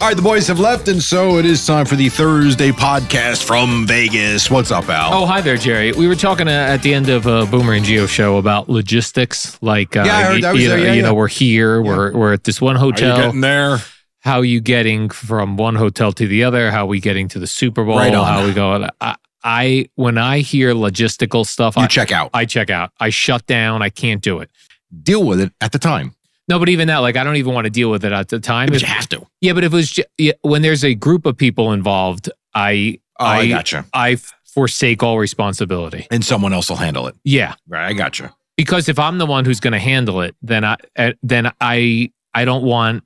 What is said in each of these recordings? All right, the boys have left, and so it is time for the Thursday podcast from Vegas. What's up, Al? Oh, hi there, Jerry. We were talking uh, at the end of uh, Boomer and Geo show about logistics, like uh, Yeah, I heard y- that was you, there. know, Yeah, you yeah. know, we're here, we're we're at this one are you hotel. getting there? how you getting from one hotel to the other? How we getting to the Super Bowl? Right on. How we going? I, I when I hear logistical stuff, You I, check out. I check out. I shut down. I can't do it. Deal with it at the time. No, but even that, like, I don't even want to deal with it at the time. But If- you have to. Oh, yeah, but if it was ju- yeah, when there's a group of people involved, I Oh, I, I- gotcha. I f- forsake all responsibility. And someone else will handle it. Yeah, Right, I gotcha. because if I'm the one who's going to handle it, then I uh, then I I don't want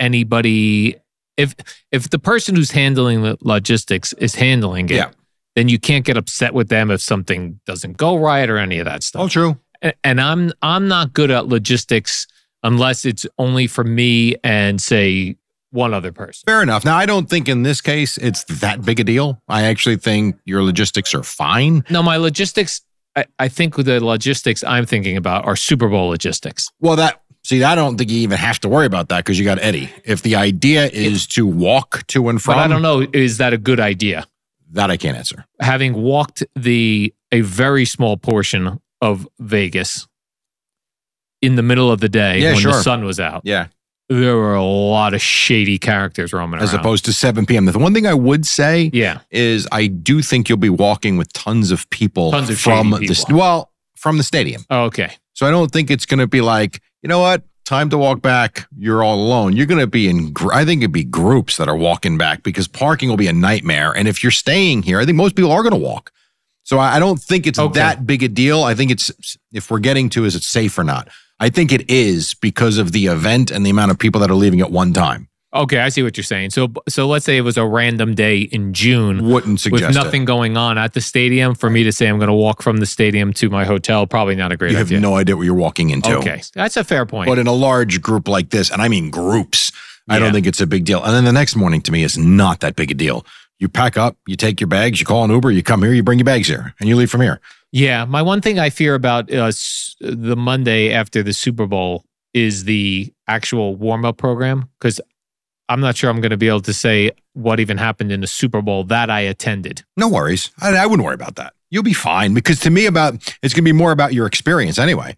anybody if if the person who's handling the logistics is handling it, Yeah. then you can't get upset with them if something doesn't go right or any of that stuff. All true. A- And I'm I'm not good at logistics unless it's only for me and say one other person. Fair enough. Now, I don't think in this case it's that big a deal. I actually think your logistics are fine. No, my logistics. I, I think the logistics I'm thinking about are Super Bowl logistics. Well, that see, I don't think you even have to worry about that because you got Eddie. If the idea is to walk to and from, But I don't know. Is that a good idea? that I can't answer. Having walked the a very small portion of Vegas in the middle of the day Yeah, when the sure. sun was out, Yeah. there were a lot of shady characters roaming As around. opposed to 7 p.m. The one thing I would say yeah, is I do think you'll be walking with tons of people Tons of from shady the people. well from the stadium. oh, okay. So I don't think it's going to be like you know what time to walk back. You're all alone. You're going to be in. gr- I think it'd be groups that are walking back because parking will be a nightmare. And if you're staying here, I think most people are going to walk. So I I don't think it's Okay. that big a deal. I think it's if we're getting to is it safe or not. I think it is because of the event and the amount of people that are leaving at one time. Okay, I see what you're saying. So, so let's say it was a random day in June Wouldn't suggest with it. nothing going on at the stadium. For me to say I'm going to walk from the stadium to my hotel, probably not a great You have idea. no idea what you're walking into. Okay, that's a fair point. But in a large group like this, and I mean groups, I Yeah. don't think it's a big deal. And then the next morning to me is not that big a deal. You pack up, you take your bags, you call an Uber, you come here, you bring your bags here, and you leave from here. yeah, my one thing I fear about uh, s- the Monday after the Super Bowl is the actual warm up program because I'm not sure I'm going to be able to say what even happened in the Super Bowl that I attended. No worries. I, I wouldn't worry about that. You'll be fine because to me, about it's going to be more about your experience anyway.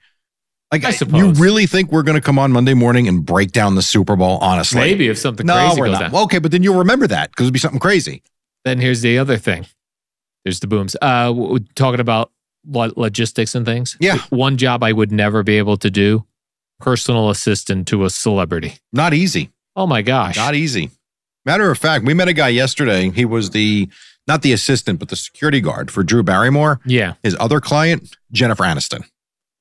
Like, I you suppose. really think we're going to come on Monday morning and break down the Super Bowl? Honestly, Maybe if something no, crazy we're goes not. down. Well, okay, but then you'll remember that because it'll be something crazy. then here's the other thing. There's the booms. Uh, w- w- talking about lo- logistics and things. Yeah. One job I would never be able to do: personal assistant to a celebrity. Not easy. Oh my gosh. Not easy. Matter of fact, we met a guy yesterday. He was the not the assistant, but the security guard for Drew Barrymore. yeah. His other client, Jennifer Aniston.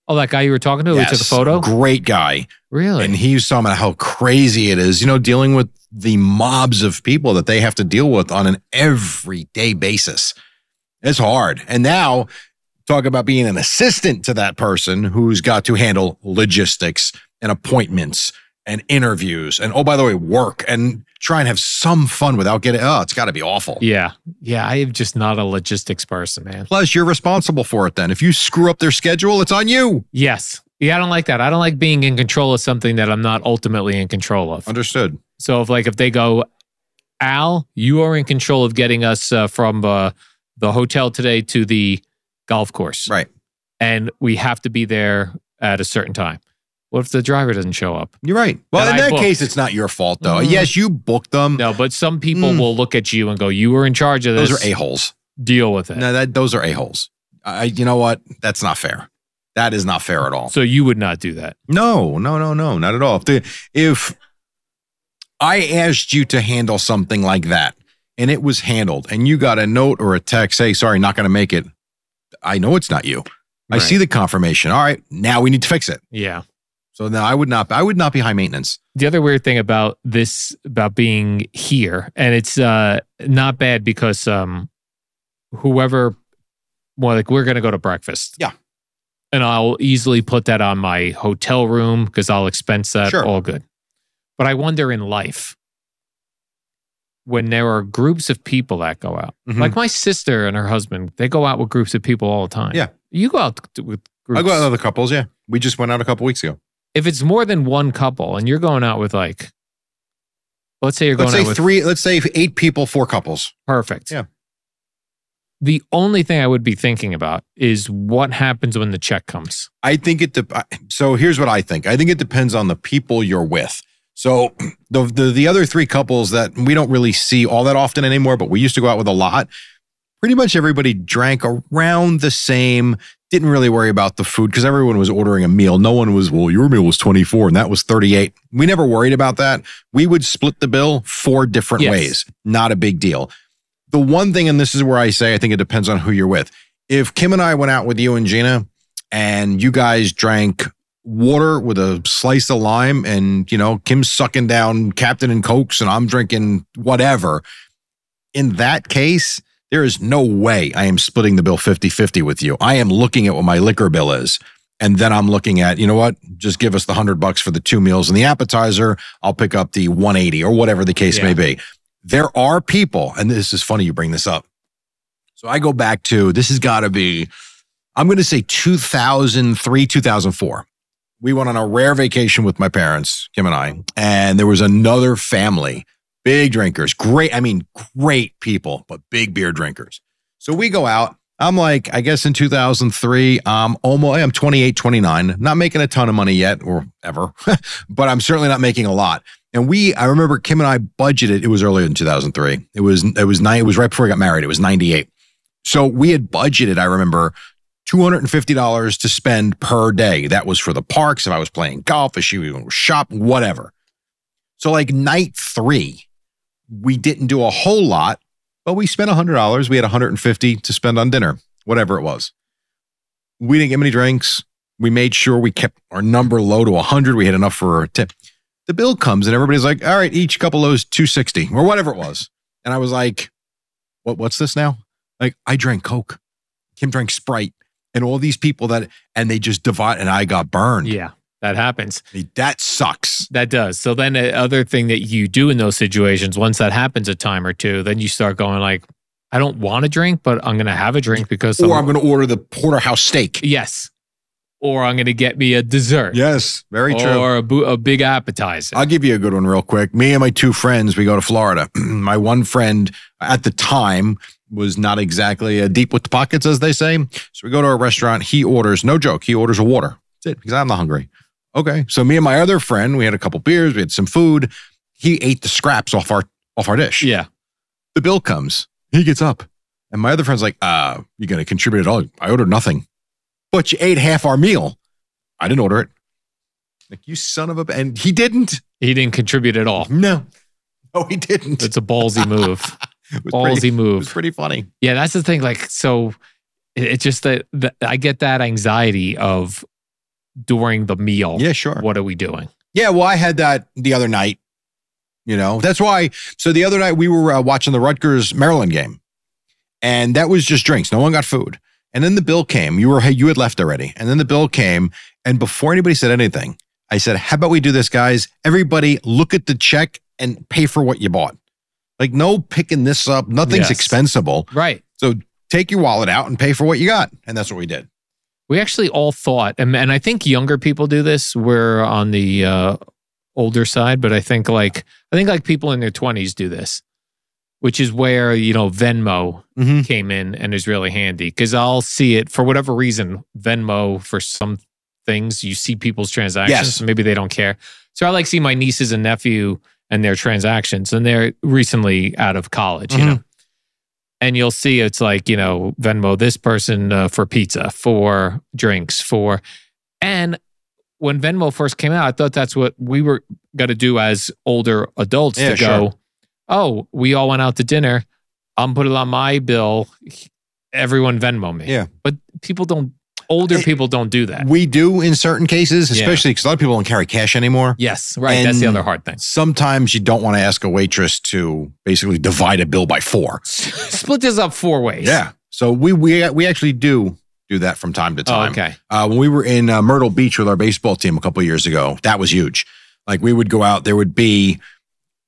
Oh, that guy you were talking to who took a Yes, photo. Great guy. really? And he was talking about how crazy it is, you know, dealing with the mobs of people that they have to deal with on an everyday basis. It's hard. And now talk about being an assistant to that person who's got to handle logistics and appointments and interviews and oh by the way work and try and have some fun without getting oh it's got to be awful yeah. Yeah. I am just not a logistics person, man. plus you're responsible for it then if you screw up their schedule it's on you Yes. Yeah, I don't like that. I don't like being in control of something that I'm not ultimately in control of. Understood. So if like if they go, Al, you are in control of getting us uh, from uh, the hotel today to the golf course, Right. and we have to be there at a certain time. What if the driver doesn't show up? You're right. Well, That in I that booked. case, it's not your fault though. Mhm. Yes, you booked them. No, but some people Mm. will look at you and go, "You were in charge of this. those are a holes. Deal with it." No, that those are a holes. I, you know what? That's not fair. That is not fair at all. So you would not do that. No, no, no, no, not at all. If, the, if I asked you to handle something like that and it was handled and you got a note or a text, hey, sorry, not going to make it, I know it's not you. I Right. see the confirmation. All right, now we need to fix it. Yeah. So now I would not, I would not be high maintenance. the other weird thing about this about being here and it's uh not bad because um whoever well like we're gonna go to breakfast Yeah. and i'll easily put that on my hotel room because i'll expense that Sure. all good but i wonder in life when there are groups of people that go out Mhm. like my sister and her husband they go out with groups of people all the time Yeah. you go out t- with groups I go out with other couples. Yeah, we just went out a couple weeks ago. if it's more than one couple and you're going out with like let's say you're going Let's say out with three. Let's say eight people, four couples. perfect Yeah. the only thing i would be thinking about is what happens when the check comes I think it. Dep- I- so here's what I think. I think it depends on the people you're with. So the, the the other three couples that we don't really see all that often anymore, but we used to go out with a lot. Pretty much everybody drank around the same. Didn't really worry about the food because everyone was ordering a meal. No one was. Well, your meal was 24 and that was 38. We never worried about that. We would split the bill four different Yes. ways. Not a big deal. The one thing, and this is where I say I think it depends on who you're with. If Kim and I went out with you and Gina, and you guys drank water with a slice of lime and you know kim's sucking down captain and cokes and i'm drinking whatever in that case there is no way i am splitting the bill 50-50 with you i am looking at what my liquor bill is and then i'm looking at you know what just give us the 100 bucks for the two meals and the appetizer i'll pick up the 180 or whatever the case may Yeah. be there are people and this is funny you bring this up so i go back to this has got to be I'm going to say 2003, 2004. We went on a rare vacation with my parents, Kim and I, and there was another family, big drinkers, great, I mean, great people, but big beer drinkers. So we go out. I'm like, I guess in 2003, I'm almost, I'm 28, 29, not making a ton of money yet or ever, but I'm certainly not making a lot. And we, I remember Kim and I budgeted, it was earlier than 2003. It was, it was nine, it was right before I got married. It was 98. So we had budgeted, I remember, $250 to spend per day. That was for the parks, if I was playing golf, if she was shopping, whatever. So, like night three, we didn't do a whole lot, but we spent $100. We had $150 to spend on dinner, whatever it was. We didn't get many drinks. We made sure we kept our number low to 100. We had enough for a tip. The bill comes and everybody's like, all right, each couple owes 260 or whatever it was. And I was like, what, what's this now? Like, I drank Coke. Kim drank Sprite and all these people that and they just divide and I got burned. yeah that happens That sucks. that does so then the other thing that you do in those situations once that happens a time or two then you start going like i don't want to drink but i'm gonna have a drink because or I'm someone- going to order the porterhouse steak. yes or i'm gonna get me a dessert Yes, very true. or a, bu- a big appetizer I'll give you a good one real quick. Me and my two friends, we go to Florida. my one friend at the time was not exactly uh, deep with the pockets, as they say. So we go to a restaurant. He orders, no joke, he orders a water. That's it, because I'm not hungry. Okay. So me and my other friend, we had a couple beers, we had some food. He ate the scraps off our off our dish. yeah The bill comes. He gets up. And my other friend's like, uh, you're going to contribute at all. I ordered nothing. But you ate half our meal. I didn't order it. Like, you son of a. And he didn't. he didn't contribute at all No. No, he didn't. it's a ballsy move It was ballsy pretty, it move was pretty funny. Yeah, that's the thing. Like, so it- it's just that, that I get that anxiety of during the meal. Yeah, sure. What are we doing? Yeah, well, I had that the other night. You know, that's why. So the other night we were uh, watching the Rutgers Maryland game, and that was just drinks. No one got food. And then the bill came. You were hey, you had left already. And then the bill came, and before anybody said anything, I said, "How about we do this, guys? Everybody, look at the check and pay for what you bought. Like, no picking this up. Nothing's Yes. expensible. Right. So take your wallet out and pay for what you got." And that's what we did. we actually all thought, and, and I think younger people do this. We're on the uh, older side, but I think like I think like people in their twenties do this, which is where you know Venmo Mm-hmm. came in and is really handy because I'll see it for whatever reason. Venmo for some things you see people's transactions, Yes. so maybe they don't care. So I like see my nieces and nephew and their transactions, and they're recently out of college, Mm-hmm. you know. And you'll see it's like you know Venmo this person uh, for pizza, for drinks, for and when Venmo first came out, I thought that's what we were going to do as older adults Yeah, to sure. go. Oh, we all went out to dinner. I'm putting on my bill. Everyone Venmo me. Yeah. But people don't, older It- people don't do that. We do in certain cases, Yeah. especially because a lot of people don't carry cash anymore. yes. Right. That's the And- other hard thing. Sometimes you don't want to ask a waitress to basically divide a bill by four. Split this up four ways. Yeah. So we we we actually do do that from time to Oh, time. okay. Uh, when we were in uh, Myrtle Beach with our baseball team a couple of years ago, that was huge. Like we would go out, there would be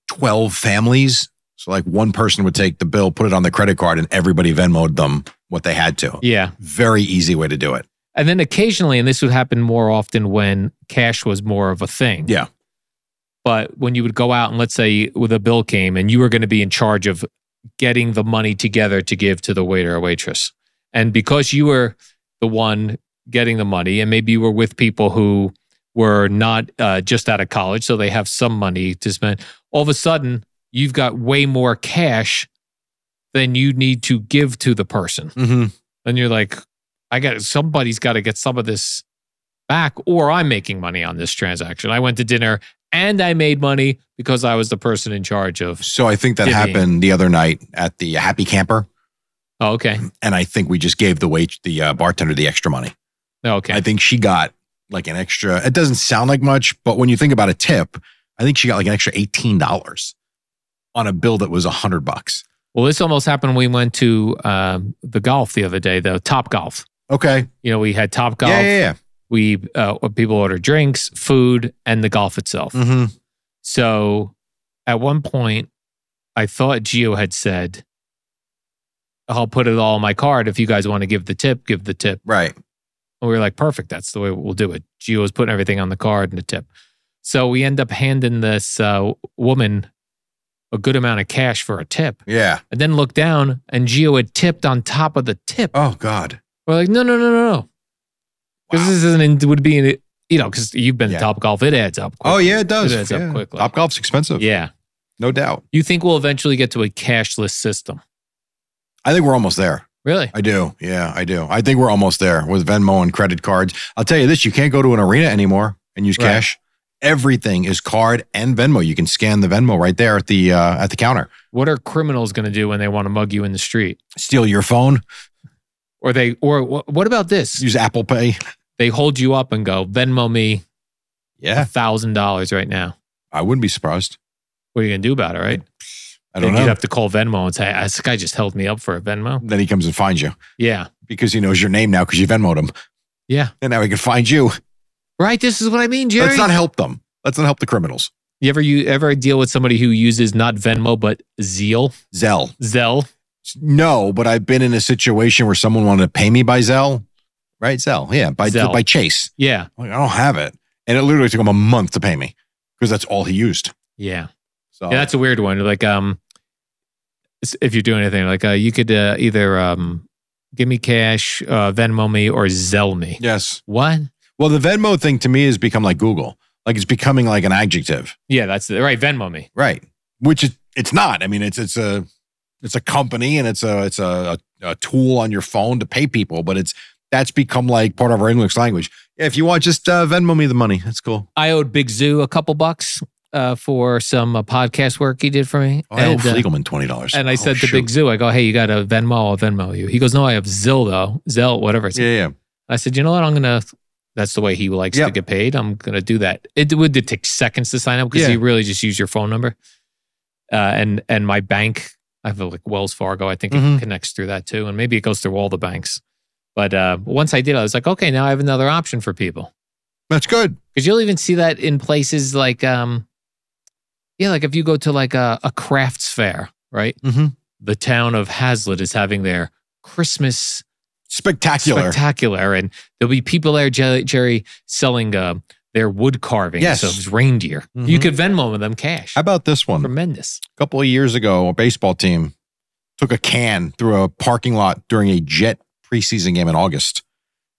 twelve families. So like one person would take the bill, put it on the credit card, and everybody Venmoed them what they had to. Yeah. Very easy way to do it. And then occasionally, and this would happen more often when cash was more of a thing. Yeah. But when you would go out and let's say with a bill came and you were going to be in charge of getting the money together to give to the waiter or waitress. And because you were the one getting the money, and maybe you were with people who were not uh, just out of college, so they have some money to spend, all of a sudden you've got way more cash than you need to give to the person Mm-hmm. and you're like, I got somebody's got to get some of this back, or I'm making money on this transaction. I went to dinner and I made money because I was the person in charge of. So I think that Did he? happened the other night at the Happy Camper, Oh, okay, and I think we just gave the wait the uh, bartender the extra money. okay, I think she got like an extra. It doesn't sound like much, but when you think about a tip, I think she got like an extra eighteen dollars on a bill that was a hundred bucks. Well, this almost happened when we went to um, the golf the other day, the Top Golf. Okay, You know, we had Top Golf. yeah, yeah, We uh, people order drinks, food, and the golf itself. yeah. Mm-hmm. So at one point, I thought Geo had said, "I'll put it all on my card. If you guys want to give the tip, give the tip." right. And we were like, perfect. That's the way we'll do it. Gio's putting everything on the card and the tip. So we end up handing this uh, woman a good amount of cash for a tip. Yeah. And then look down and Gio had tipped on top of the tip. Oh God. We're like, no, no, no, no, no. Because Wow. this isn't, would be, an, you know, because you've been Yeah. to Top Golf, it adds up. Oh yeah, it does. It adds up Oh, yeah. quickly. Top golf's expensive. Yeah. No doubt. You think we'll eventually get to a cashless system? I think we're almost there. Really? I do. Yeah, I do. I think we're almost there with Venmo and credit cards. I'll tell you this: you can't go to an arena anymore and use Right. cash. Everything is card and Venmo. You can scan the Venmo right there at the uh, at the counter. What are criminals going to do when they want to mug you in the street? Steal your phone. Or they, or wh- what about this? Use Apple Pay. They hold you up and go, Venmo me Yeah, thousand dollars right now. I wouldn't be surprised. What are you gonna do about it, right? I don't You'd know. have to call Venmo and say, "This guy just held me up for a Venmo." Then he comes and finds you Yeah, because he knows your name now because you Venmoed him. Yeah. and now he can find you. right. This is what I mean, Jerry. Let's not help them. Let's not help the criminals. you ever you ever deal with somebody who uses not Venmo but Zeal, Zell. Zelle? No, but I've been in a situation where someone wanted to pay me by Zell. Right, Zell. Yeah, by Zelle. by Chase. Yeah, I'm like, I don't have it, and it literally took him a month to pay me because that's all he used. yeah, So yeah. That's a weird one. Like, um, s- if you're doing anything, like, uh, you could uh, either um, give me cash, uh, Venmo me, or Zelle me. yes. What? Well, the Venmo thing to me has become like Google. Like it's becoming like an adjective. Yeah, that's the, right. Venmo me. right which it, it's not i mean it's it's a it's a company and it's a it's a, a, a tool on your phone to pay people but it's that's become like part of our english language yeah if you want just uh, venmo me the money that's cool I owed Big Zoo a couple bucks uh, for some uh, podcast work he did for me. oh, i owe And, uh, fliegelman $20 And I Oh, said to shoot. Big Zoo, I go, hey, you got a Venmo, I'll Venmo you. He goes, no, I have Zill though, Zell, whatever. It's. yeah yeah I said, you know what? I'm going to, that's the way he likes to Yep. get paid. I'm going to do that. It would take seconds to sign up because Yeah. you really just use your phone number. Uh, and, and my bank, I have like Wells Fargo. I think Mhm. it connects through that too. And maybe it goes through all the banks. But uh, once I did, I was like, okay, now I have another option for people. that's good Because you'll even see that in places like, um, yeah, like if you go to like a, a crafts fair, right? Mhm. The town of Hazlitt is having their Christmas Spectacular. spectacular. And there'll be people there, Jerry, Jerry selling uh, their wood carvings Yes. of reindeer. You Mhm. could Venmo them cash. How about this one? Tremendous. A couple of years ago, a baseball team took a can through a parking lot during a Jet preseason game in August.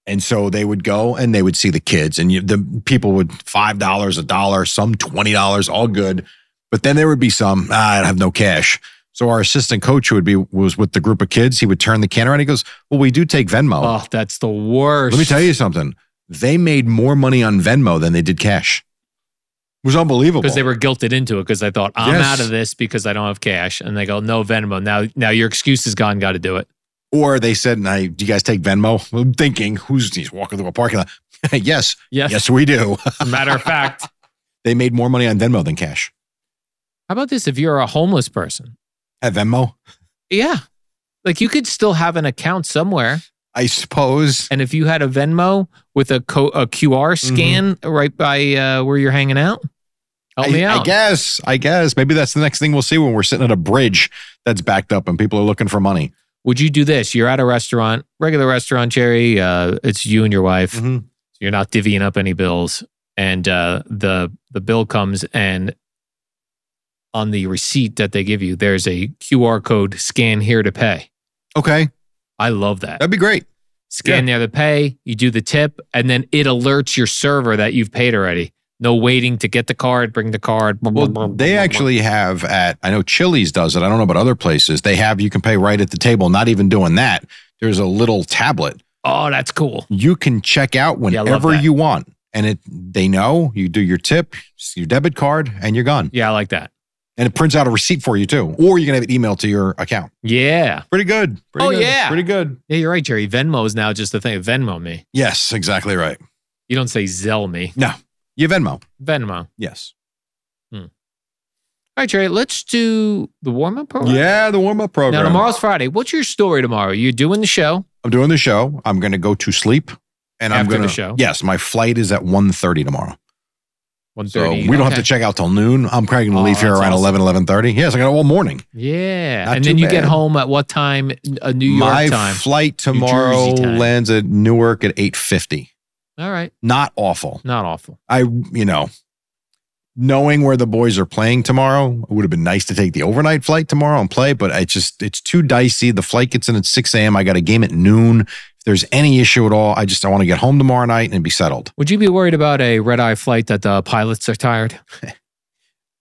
And so they would go and they would see the kids, and you, the people would five dollars, a dollar, some twenty dollars, all good. But then there would be some "Ah, I have no cash. So our assistant coach who would be was with the group of kids. He would turn the can around. He goes, "Well, we do take Venmo. Oh, that's the worst. Let me tell you something. They made more money on Venmo than they did cash. It was unbelievable. Because they were guilted into it because I thought, I'm Yes. out of this because I don't have cash. And they go, no Venmo. Now now your excuse is gone, gotta do it. Or they said, "Now, do you guys take Venmo?" I'm thinking, "Who's he's walking through a parking lot?" yes, Yes. yes, we do. Matter of fact. How they made more money on Venmo than cash. about this if you're a homeless person? At Venmo, Yeah. Like you could still have an account somewhere. I suppose. And if you had a Venmo with a, co- a QR Mm-hmm. scan right by uh, where you're hanging out, help I, me out. I guess. I guess. Maybe that's the next thing we'll see when we're sitting at a bridge that's backed up and people are looking for money. Would you do this? You're at a restaurant, regular restaurant, Jerry. Uh, it's you and your wife. Mm-hmm. You're not divvying up any bills, and uh, the the bill comes, and on the receipt that they give you, there's a QR code. Scan here to pay. Okay, I love that. that'd be great. Scan there to pay. You do the tip, and then it alerts your server that you've paid already. No waiting to get the card, bring the card. Well, they actually have at I know Chili's does it. I don't know about other places. They have you can pay right at the table. Not even doing that. There's a little tablet Oh, that's cool. you can check out Yeah, I love whenever that. you want. And it they know you do your tip, your debit card, and you're gone. Yeah, I like that. And it prints out a receipt for you too. Or you can have it emailed to your account. Yeah. Pretty good. Pretty Oh, good. yeah. Pretty good. Yeah, you're right, Jerry. Venmo is now just the thing. Venmo me. Yes, exactly right. You don't say Zell me. You Venmo. Venmo. All Yes. right, Jerry, let's do the warm up program. Yeah, the warm up program. Now, tomorrow's Friday. What's your story tomorrow? You're doing the show. I'm doing the show. I'm gonna go to sleep. And I'm After the gonna show? Yes, my flight is at 1.30 tomorrow. 1.30. So we don't have to check out till noon. I'm probably gonna Oh, leave here that's around awesome. eleven, eleven thirty. 11, 11.30. Yes, I got all morning. Yeah. Not and too then you get bad. home at what time? A New York my time. flight Jersey tomorrow time. lands at Newark at 8.50. All right. Not awful. Not awful. I, you know, knowing where the boys are playing tomorrow, it would have been nice to take the overnight flight tomorrow and play, but it's just, it's too dicey. The flight gets in at 6 a.m. I got a game at noon. If there's any issue at all, I just, I want to get home tomorrow night and be settled. Would you be worried about a red eye flight that the pilots are tired?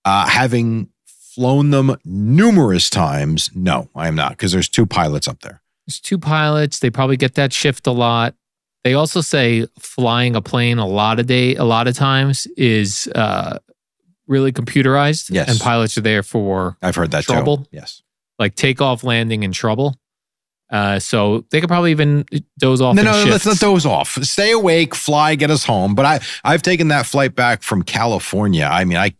Uh, having flown them numerous times, no, I am not because there's two pilots up there. There's two pilots. They probably get that shift a lot. They also say flying a plane a lot of day, a lot of times is uh, really computerized. Yes. And pilots are there for I've heard that too. Trouble? Yes. like takeoff, landing, and trouble. Uh, so they could probably even doze off. No, in no, shifts. let's not doze off. Stay awake, fly, get us home. But I, I've taken that flight back from California. I mean, I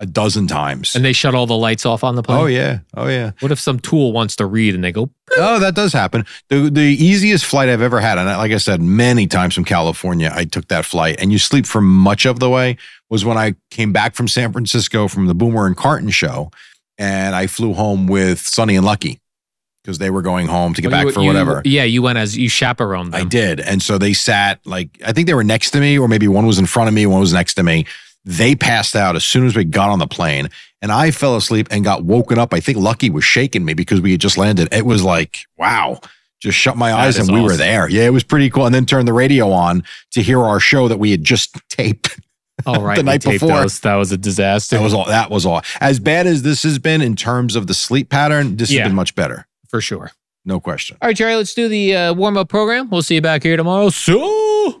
a dozen times. And they shut all the lights off on the plane. Oh yeah, oh yeah. What if some tool wants to read and they go? Oh, that does happen. the The easiest flight I've ever had, and I- like I said many times from California, I took that flight, and you sleep for much of the way. Was when I came back from San Francisco from the Boomer and Carton show, and I flew home with Sonny and Lucky because they were going home to get Well, back you- for you- whatever. Yeah, you went as you chaperoned them. I did. And so they sat like I think they were next to me, or maybe one was in front of me, one was next to me. They passed out as soon as we got on the plane, and I fell asleep and got woken up. I think Lucky was shaking me because we had just landed. It was like, wow. Just shut my eyes is and we were awesome. there. Yeah, it was pretty cool. And then turned the radio on to hear our show that we had just taped. All right, the we night taped before. those. that was a disaster That was all. That was all. As bad as this has been in terms of the sleep pattern, this Yeah. has been much better. for sure. No question. All right, Jerry, let's do the uh, warm up program. We'll see you back here tomorrow. So.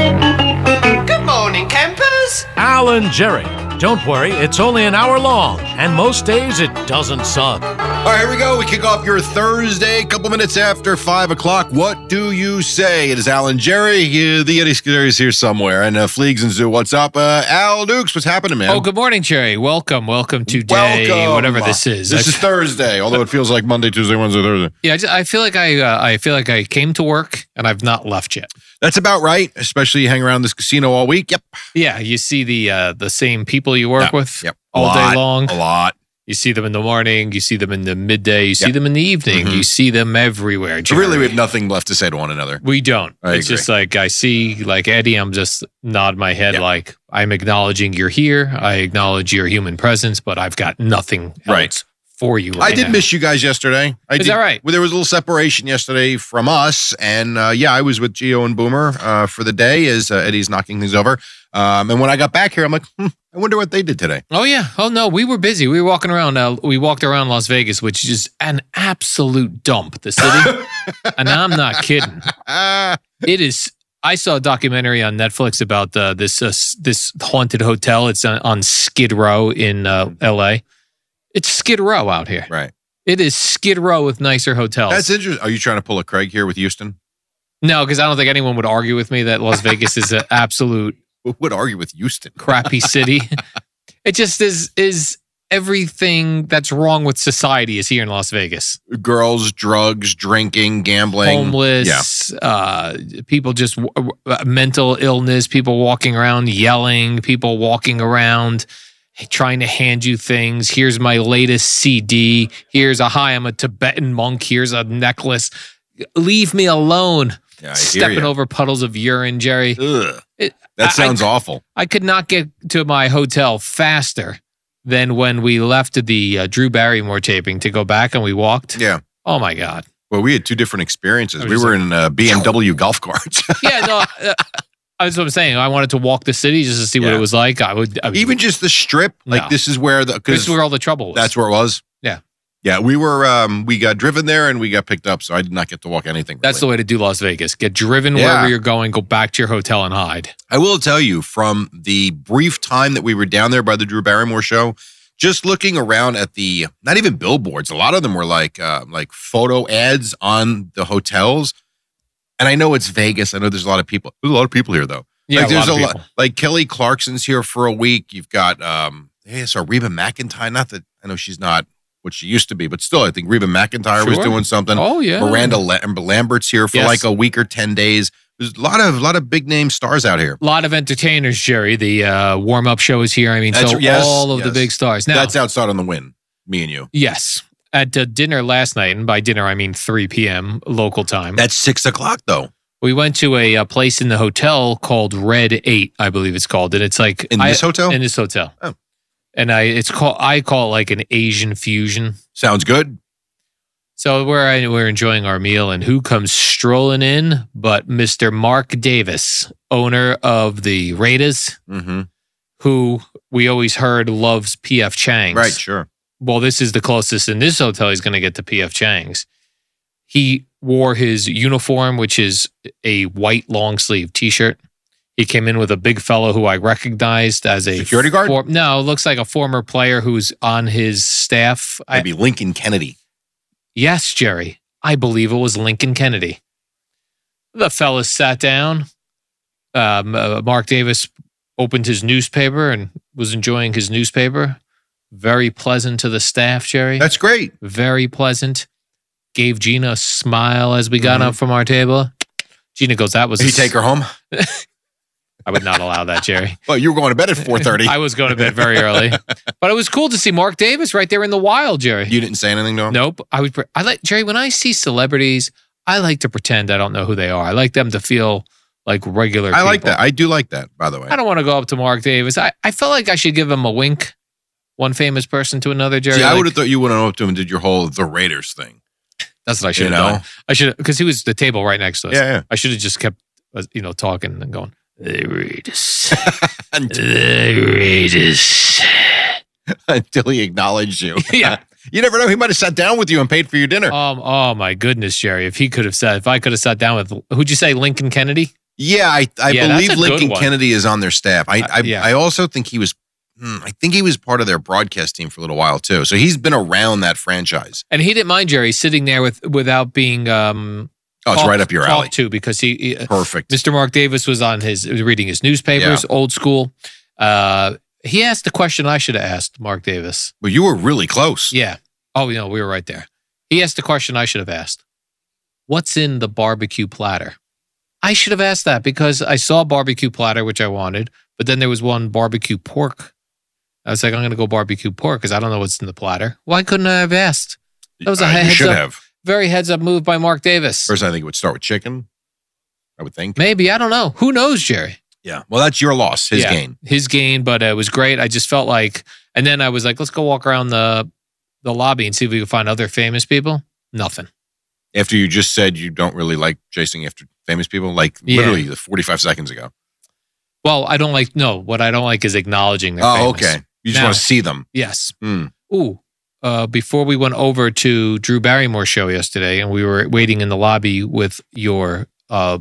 Good morning, campers. Alan Jerry. Don't worry, it's only an hour long, and most days it doesn't suck. Oh, All right, here we go. We kick off your Thursday, couple minutes after five o'clock. What do you say? It is Alan Jerry. You, the Eddie Scatter is here somewhere. And uh, Fleegs and Zoo, what's up? Uh, Al Dukes, what's happening, man? Oh, good morning, Jerry. Welcome, welcome to day Welcome. whatever this is. This I- is Thursday, although it feels like Monday, Tuesday, Wednesday, Thursday. yeah, I, just, I feel like I uh, I feel like I came to work and I've not left yet. That's about right, especially you hang around this casino all week. Yep. Yeah, you see the uh, the same people you work Yeah, with yep. all Lot, day long. A lot. You see them in the morning. You see them in the midday. You see Yep. them in the evening. Mhm. You see them everywhere. So really, we Jerry. have nothing left to say to one another. We don't. I it's agree. just like I see, like Eddie. I'm just nod my head, Yeah. like I'm acknowledging you're here. I acknowledge your human presence, but I've got nothing Right. else for you. I Right did now. miss you guys yesterday. I Is did, that right? Well, there was a little separation yesterday from us, and uh, yeah, I was with Geo and Boomer uh, for the day as uh, Eddie's knocking things over. Um, and when I got back here, I'm like, hmm, I wonder what they did today. Oh yeah. Oh no, we were busy. We were walking around. Uh, we walked around Las Vegas, which is an absolute dump. The city, and I'm not kidding. Ah, It is. I saw a documentary on Netflix about uh, this uh, s- this haunted hotel. It's on, on Skid Row in uh, L.A. It's Skid Row out here. Mm-hmm. right. It is Skid Row with nicer hotels. That's interesting. Are you trying to pull a Craig here with Houston? No, because I don't think anyone would argue with me that Las Vegas is an absolute Who would argue with Houston? crappy city. it just is is everything that's wrong with society is here in Las Vegas. Girls, drugs, drinking, gambling, Yeah. Homeless, uh, people just w- w- uh, mental illness, people walking around yelling, people walking around trying to hand you things. Here's my latest CD. Here's a hi, I'm a Tibetan monk. Here's a necklace. Leave me alone. yeah I Stepping hear over puddles of urine, Jerry. you. Ugh. It- I- I- That sounds awful. I could not get to my hotel faster than when we left the uh, Drew Barrymore taping to go back and we walked. Yeah. Oh my God. Well, we had two different experiences. I was We just were in uh, BMW golf carts. Yeah. No, uh, that's what I'm saying. I wanted to walk the city just to see what Yeah. it was like. I would I would- Even just the strip, like No. this is where the this because is where all the trouble was. That's where it was. Yeah. Yeah, we were um we got driven there and we got picked up, so I did not get to walk anything. that's the really. way to do Las Vegas. Get driven Yeah. wherever you're going. Go back to your hotel and hide. I will tell you from the brief time that we were down there by the Drew Barrymore show, just looking around at the not even billboards, a lot of them were like uh, like photo ads on the hotels. And I know it's Vegas. I know there's a lot of people. There's a lot of people here though. Yeah, like, a there's lot of people. Like Kelly Clarkson's here for a week. You've got um hey, so Reba McIntyre. Not that I know she's not what she used to be, but still, I think Reba McIntyre was Sure. doing something. oh yeah. Miranda Lam- Lambert's here for Yes. like a week or ten days. There's a lot of lot of big name stars out here. A lot of entertainers, Jerry. The uh, warm up show is here. I mean, That's- so yes, all of the yes. big stars. Now, That's outside on the win. Me and you. Yes. At uh, dinner last night, and by dinner I mean 3 p.m. local time, That's six o'clock though. we went to a, uh place in the hotel called Red Eight, I believe it's called, and it's like In I- this hotel, in this hotel. Oh. And I it's called I call it like an Asian fusion. sounds good. So we're I- we're enjoying our meal, and who comes strolling in but Mr. Mark Davis, owner of the Raiders, hmm who we always heard loves P.F. Chang's. Right, sure. well, this is the closest in this hotel he's going to get to P.F. Chang's. He wore his uniform, which is a white long sleeve t shirt. He came in with a big fellow who I recognized as a Security guard? for- no, looks like a former player who's on his staff. I, Maybe Lincoln Kennedy. yes, Jerry, I believe it was Lincoln Kennedy. The fellas sat down. Um, uh, Mark Davis opened his newspaper and was enjoying his newspaper. Very pleasant to the staff, Jerry. That's great. Very pleasant. Gave Gina a smile as we got up from our table. Gina goes, "That was." Did a you Mm-hmm. take her home? I would not allow that, Jerry. Well, you were going to bed at 4.30. I was going to bed very early, but it was cool to see Mark Davis right there in the wild, Jerry. you didn't say anything to him? Nope. I would. pre- I like Jerry. When I see celebrities, I like to pretend I don't know who they are. I like them to feel like regular. I like people. that. I do like that, by the way. I don't want to go up to Mark Davis. I, I felt like I should give him a wink, one famous person to another. Jerry, See, I like- would have thought you went on up to him and did your whole the Raiders thing. that's what I should You have know? done. I should because he was the table right next to us. Yeah, yeah. I should have just kept uh, you know talking and going. The Raiders. Until, the Raiders. until he acknowledged you. yeah. You never know. He might have sat down with you and paid for your dinner. Um. Oh my goodness, Jerry. If he could have said, if I could have sat down with, who'd you say, Lincoln Kennedy? yeah, I, I Yeah, that's a believe good Lincoln one. Kennedy is on their staff. I, I, Uh, yeah. I also think he was. hmm, I think he was part of their broadcast team for a little while too. So he's been around that franchise. And he didn't mind Jerry sitting there with without being um. Oh, it's talked- right up your alley. talked to because he, he- Perfect. Mr. Mark Davis was on his was reading his newspapers, old school. Uh, he asked the question I should have asked Mark Davis. Well, you were really close. Yeah. Oh, you know, we were right there. He asked the question I should have asked. What's in the barbecue platter? I should have asked that because I saw barbecue platter, which I wanted, but then there was one barbecue pork. I was like, I'm going to go barbecue pork because I don't know what's in the platter. Why couldn't I have asked? That was a Uh, you heads should up. have. Very heads up move by Mark Davis. First, I think it would start with chicken. I would think. Maybe. I don't know. Who knows, Jerry? Yeah. Well, that's your loss. His Yeah, gain. His gain, but uh, it was great. I just felt like, and then I was like, let's go walk around the the lobby and see if we can find other famous people. Nothing. After you just said you don't really like chasing after famous people, like Yeah. literally the forty-five seconds ago. Well, I don't like. No, what I don't like is acknowledging. They're Oh, famous. okay. You just Now- want to see them. Yes. Hmm. Ooh. Uh, before we went over to Drew Barrymore show yesterday, and we were waiting in the lobby with your uh,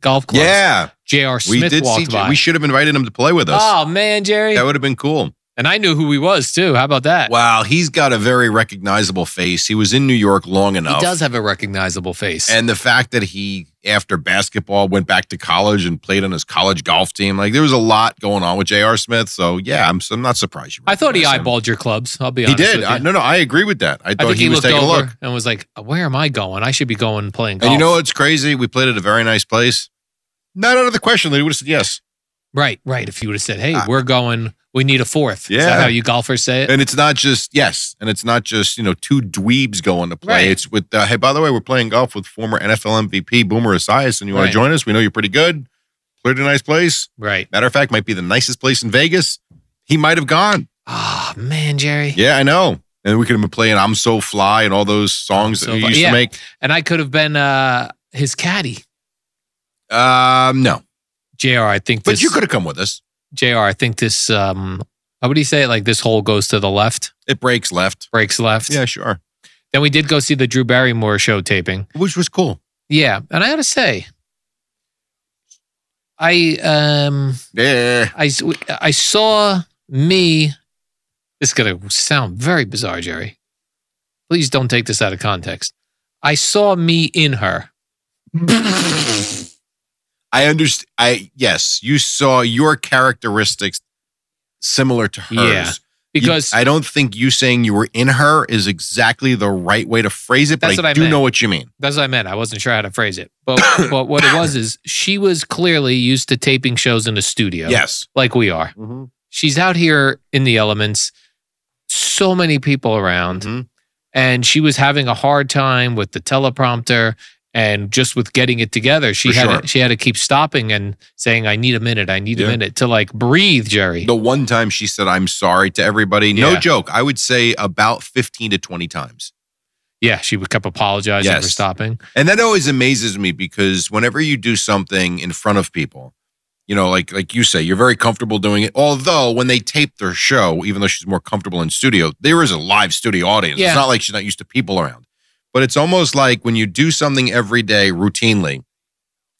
golf club. Yeah, J.R. we Smith did walked see. by. We should have invited him to play with us. oh man, Jerry. That would have been cool. and I knew who he was too. How about that? Wow, he's got a very recognizable face. He was in New York long he enough. does have a recognizable face. And the fact that he, after basketball, went back to college and played on his college golf team, like there was a lot going on with J.R. Smith. So yeah, I'm, so I'm not surprised. You I thought he recognize him. eyeballed your clubs. I'll be He honest. did. with you. I, no, no, I agree with that. I thought I think he, he, was looked taking over a look. and was like, "Where am I going? I should be going playing golf." And you know what's crazy? We played at a very nice place. Not out of the question that he would have said yes. right, right. If you would have said, "Hey, Ah. we're going. We need a fourth. Is Yeah. that how you golfers say it? And it's not just yes, and it's not just you know two dweebs going to play. Right. It's with uh, hey, by the way, we're playing golf with former NFL MVP Boomer Esiason. You want Right. to join us? We know you're pretty good. Played a nice place. right. Matter of fact, might be the nicest place in Vegas. He might have gone. Ah, man, Jerry. Yeah, I know. And we could have been playing "I'm So Fly" and all those songs So that we Fly- used yeah. to make. And I could have been uh, his caddy, Um, no, Jr. I think but this. you could have come with us. Jr. I think this. Um, how would he say it? Like this hole goes to the left, It breaks left. breaks left. Yeah, sure. Then we did go see the Drew Barrymore show taping. Which was cool. Yeah, and I gotta say, I um. Yeah. I, s- I saw me. This is going to sound very bizarre, Jerry. Please don't take this out of context. I saw me in her. I understand. I yes, you saw your characteristics similar to hers. Yeah, You- Because I don't think you saying you were in her is exactly the right way to phrase it. But That's I what I do meant. know what you mean. that's what I meant. I wasn't sure how to phrase it. But, but what it was is she was clearly used to taping shows in the studio. Yes. Like we are. Mhm. She's out here in the elements, so many people around. Mhm. And she was having a hard time with the teleprompter and just with getting it together. She For had sure. to, she had to keep stopping and saying, "I need a minute. I need a Yeah. minute to like breathe, Jerry." The one time she said "I'm sorry" to everybody, no Yeah. joke. I would say about fifteen to twenty times. Yeah, she would kept apologizing Yes. for stopping. And that always amazes me because whenever you do something in front of people, you know, like like you say, you're very comfortable doing it. Although when they tape their show, even though she's more comfortable in studio, there is a live studio audience. Yeah. It's not like she's not used to people around. But it's almost like when you do something every day routinely,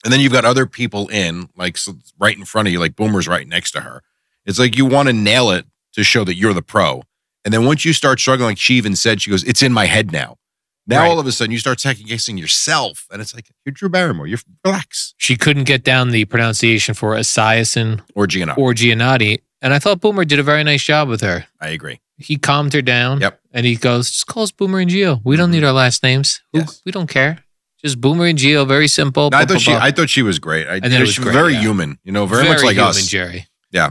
and then you've got other people in, like so right in front of you, like Boomer's right next to her. It's like you want to nail it to show that you're the pro. And then once you start struggling, like she even said, she goes, "It's in my head now." Now Right. all of a sudden you start second guessing yourself, and it's like you're Drew Barrymore. You're relax She couldn't get down the pronunciation for Esiason or Gianna. or Giannotti, And I thought Boomer did a very nice job with her. I agree. He calmed her down. Yep. Mm-hmm. And he goes, just call us Boomer and Geo. We don't need our last names. Who- Yes. We don't care. Just Boomer and Geo. Very simple. No, I Blah, thought blah, she. blah. I thought she was great. I, then it she was was great, very yeah. human. You know, very, much like human, us. Jerry. Yeah.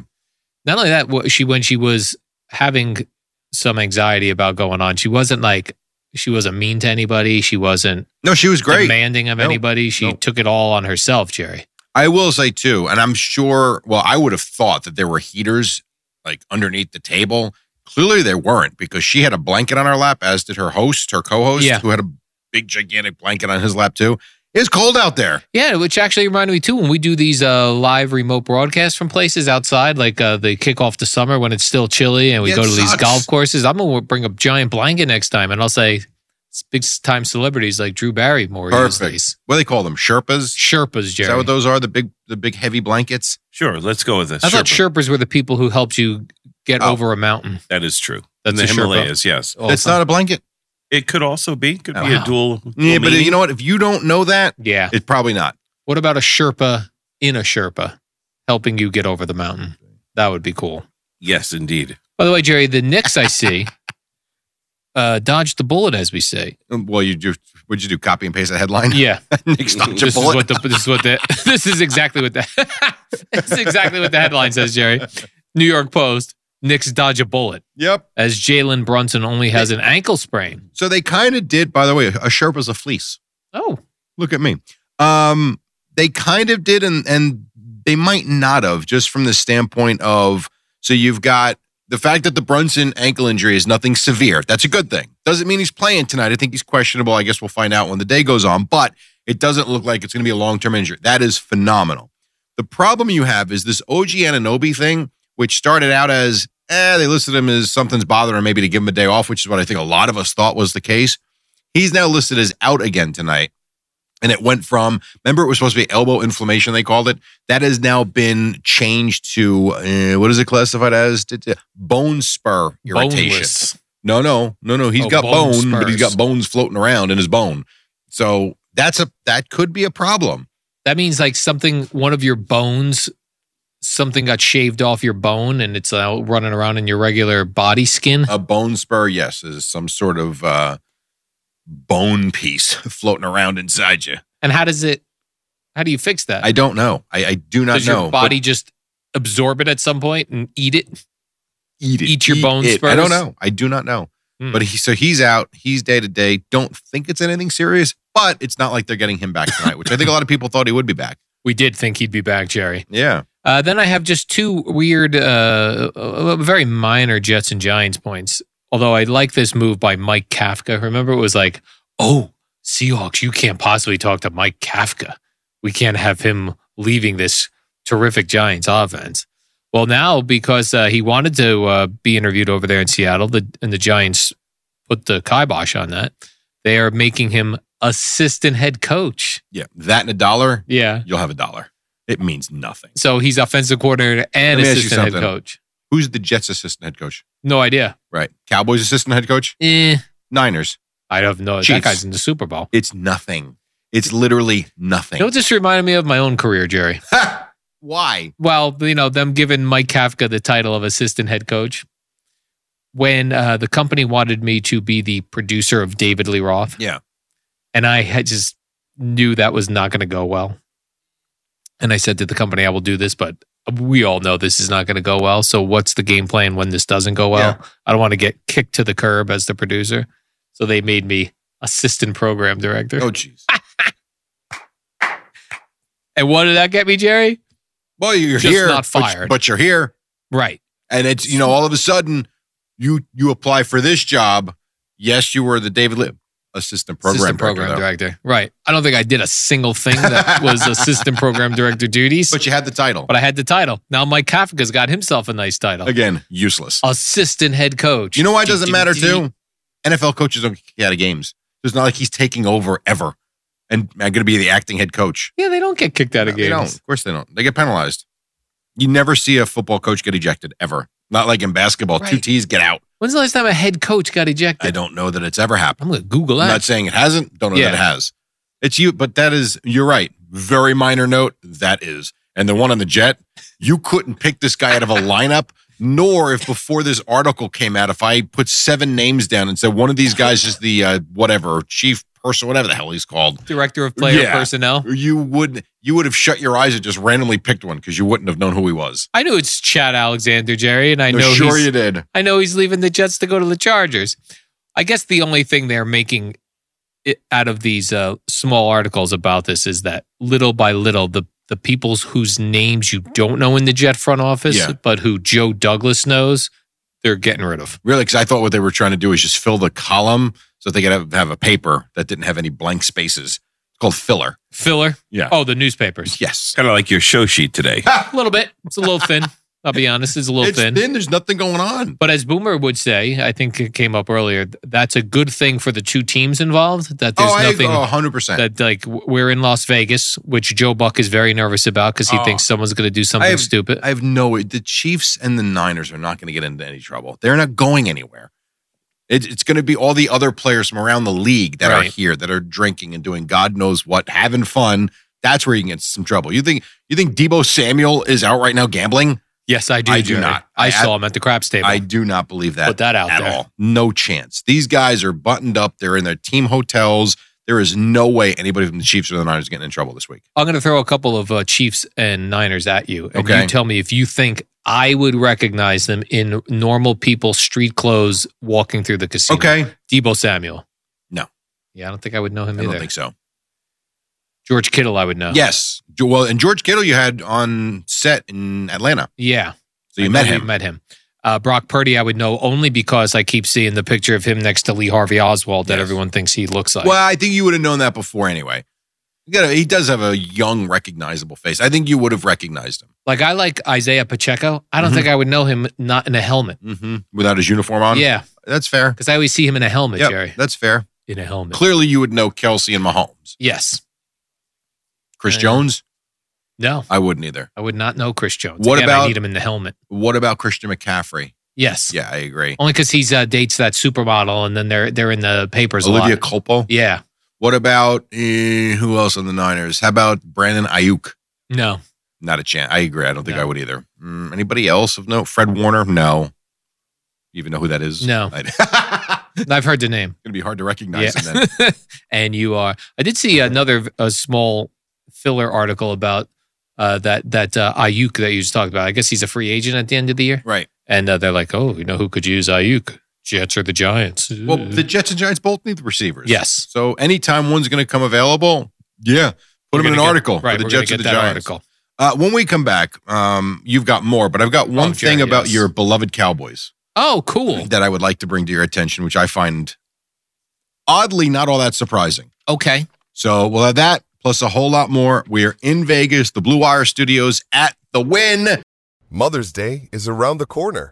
Not only that, wh- she when she was having some anxiety about going on, she wasn't like she wasn't mean to anybody. She wasn't No, she was great. demanding of No, anybody. She no. took it all on herself, Jerry. I will say too, and I'm sure. Well, I would have thought that there were heaters like underneath the table. Clearly, there weren't because she had a blanket on her lap, as did her host, her co-host, Yeah. who had a big gigantic blanket on his lap too. It's cold out there. Yeah, which actually reminded me too when we do these uh, live remote broadcasts from places outside, like uh, the kickoff to summer when it's still chilly, and we Yeah, go it to these sucks. golf courses. I'm gonna bring a giant blanket next time, and I'll say it's big time celebrities like Drew Barrymore. use Perfect. these. What do they call them? Sherpas. Sherpas, Jerry. Is that what those are? The big, the big heavy blankets. Sure, let's go with this. I thought Sherpa. Sherpas were the people who helped you get Oh. over a mountain. That is true. And That's the a Sherpa. Himalayas, yes. Oh, It's not a blanket. It could also be. Could be Wow. a dual. Yeah, dual but meaning. you know what? If you don't know that, Yeah. it's probably not. What about a Sherpa in a Sherpa helping you get over the mountain? That would be cool. Yes, indeed. By the way, Jerry, the Knicks I see uh, dodged the bullet, as we say. Well, you do. Would you do copy and paste the headline? Yeah, Next dodge a this is bullet. what the this is what the this is exactly what the this is exactly what the headline says, Jerry. New York Post: Knicks dodge a bullet yep. as Jalen Brunson only has an ankle sprain. So they kind of did. By the way, a Sherpa's a fleece. Oh, Look at me. Um, they kind of did, and and they might not have, just from the standpoint of so you've got the fact that the Brunson ankle injury is nothing severe. That's a good thing. Doesn't mean he's playing tonight. I think he's questionable. I guess we'll find out when the day goes on. But it doesn't look like it's going to be a long term injury. That is phenomenal. The problem you have is this OG Ananobi thing, which started out as eh, they listed him as something's bothering him, maybe to give him a day off, which is what I think a lot of us thought was the case. He's now listed as out again tonight. And it went from, remember, it was supposed to be elbow inflammation, they called it. That has now been changed to, uh, what is it classified as? D- d- Bone spur irritation. boneless. No, no, no, no. He's Oh, got bone bone, but he's spurs. got bones floating around in his bone. So that's a that could be a problem. That means like something, one of your bones, something got shaved off your bone and it's uh, running around in your regular body skin. A bone spur, yes, is some sort of uh, bone piece floating around inside you. And how does it, how do you fix that? I don't know. I, I do not does know. your but body just absorb it at some point and eat it? eat eat your bone it. I don't spurs? know. I do not know. Hmm. But he so he's out. He's day to day. Don't think it's anything serious. But it's not like they're getting him back tonight, which I think a lot of people thought he would be back. We did think he'd be back, Jerry. Yeah. Uh, then I have just two weird, uh, uh, very minor Jets and Giants points. Although I like this move by Mike Kafka. Remember, it was like, oh, Seahawks, you can't possibly talk to Mike Kafka. We can't have him leaving this terrific Giants offense. Well, now because uh, he wanted to uh, be interviewed over there in Seattle, the, and the Giants put the kibosh on that, they are making him assistant head coach. Yeah. That and a dollar, Yeah. you'll have a dollar. It means nothing. So he's offensive coordinator and Let me ask you assistant head something. coach. Who's the Jets assistant head coach? No idea. Right. Cowboys assistant head coach? Eh, Niners. I don't know. That Chiefs. guy's in the Super Bowl. It's nothing. It's literally nothing. You know what this reminded me of? My own career, Jerry. Why? Well, you know, them giving Mike Kafka the title of assistant head coach when uh, the company wanted me to be the producer of David Lee Roth. Yeah. And I had just knew that was not going to go well. And I said to the company, I will do this, but we all know this is not going to go well. So what's the game plan when this doesn't go well? I don't want to get kicked to the curb as the producer. So they made me assistant program director. Oh, jeez. And what did that get me, Jerry? Well, you're Just here, not but- fired. but you're here. Right. and it's you know all of a sudden you you apply for this job yes you were the david Lib assistant program assistant director, program though. director, Right. I don't think I did a single thing that was assistant program director duties, but, but you had the title I had the title. Now Mike Kafka's got himself a nice title. again useless Assistant head coach. you know why it Dee, doesn't dee, matter dee. too nfl coaches don't get out of games it's not like he's taking over ever and i'm going to be the acting head coach Yeah, they don't get kicked out No, of they don't games. of course they don't they get penalized you never see a football coach get ejected ever not like in basketball two Right. t's get out When's the last time a head coach got ejected? i don't know that it's ever happened I'm going to Google I'm that. not saying it hasn't. Don't know Yeah. that it has. It's you, but that is. You're right. Very minor note. That is, and the one on the jet. you couldn't pick this guy out of a lineup. Nor if before this article came out, if I put seven names down and said one of these guys is the uh, whatever chief person, whatever the hell he's called, Director of player Yeah. personnel. you would you would have shut your eyes and just randomly picked one because you wouldn't have known who he was. I knew it's Chad Alexander, Jerry, and I No, know sure he's- you did. I know he's leaving the Jets to go to the Chargers. I guess the only thing they're making it out of these uh, small articles about this is that little by little, the the people's whose names you don't know in the Jet front office, Yeah. but who Joe Douglas knows, they're getting rid of. Really, because I thought what they were trying to do is just fill the column so that they could have, have a paper that didn't have any blank spaces. It's called filler. Filler. Yeah. Oh, the newspapers. Yes. Kind of like your show sheet today. A little bit. It's a little thin. I'll be honest. It's a little It's thin. thin. There's nothing going on. But as Boomer would say, I think it came up earlier. th- That's a good thing for the two teams involved. That there's oh, nothing. I, oh, 100%. that like w- we're in Las Vegas, which Joe Buck is very nervous about because he Oh. thinks someone's going to do something I have- stupid. I have no The Chiefs and the Niners are not going to get into any trouble. They're not going anywhere. It, it's going to be all the other players from around the league that are Right. here that are drinking and doing God knows what, having fun. That's where you can get into some trouble. You think you think Debo Samuel is out right now gambling? yes, I do. I do Jerry. not. I, I- saw him at the craps table. I do not believe that. Put that out at there. all. No chance. These guys are buttoned up. They're in their team hotels. There is no way anybody from the Chiefs or the Niners is getting in trouble this week. I'm going to throw a couple of uh, Chiefs and Niners at you, and Okay. you tell me if you think I would recognize them in normal people street clothes walking through the casino. Okay. Debo Samuel. No. Yeah, I don't think I would know him I either. don't think so. George Kittle, I would know. Yes. Jo- Well, and George Kittle you had on set in Atlanta. Yeah. So you I met know you him. Met him. Uh, Brock Purdy, I would know only because I keep seeing the picture of him next to Lee Harvey Oswald that Yes. everyone thinks he looks like. Well, I think you would have known that before anyway. You gotta, he does have a young, recognizable face. I think you would have recognized him Like I like Isaiah Pacheco. I don't Mhm. think I would know him not in a helmet. mm-hmm. without his uniform on. Yeah, That's fair. because I always see him in a helmet, Yep, Jerry. that's fair. In a helmet. Clearly, you would know Kelsey and Mahomes. Yes. Chris Yeah. Jones, No, I wouldn't either. I would not know Chris Jones. What Again, I about- need him in the helmet? What about Christian McCaffrey? Yes. Yeah, I agree. Only because he's uh, dates that supermodel, and then they're they're in the papers. Olivia A lot. Culpo. Yeah. What about eh, who else on the Niners? How about Brandon Ayuk? No. Not a chance. I agree. I don't think No. I would either. Mm, anybody else of note? Fred Warner? No. You even know who that is? No. I- it's I've heard the name. gonna be hard to recognize. him then. yeah. and you are. I did see another a small filler article about uh, that that uh, Ayuk that you just talked about. I guess he's a free agent at the end of the year. Right. And uh, they're like, oh, you know who could use Ayuk? Jets or the Giants? Well, the Jets and Giants both need the receivers. yes. So anytime one's going to come available, yeah, put We're them in gonna an get- article Right, for the we're gonna Jets get and the that Giants. Article. Uh, when we come back, um, you've got more, but I've got one Oh, sure, thing about yes. your beloved Cowboys Oh, cool. that I would like to bring to your attention, which I find oddly not all that surprising. Okay. So we'll have that plus a whole lot more. We are in Vegas, the Blue Wire Studios at the Win. Mother's Day is around the corner.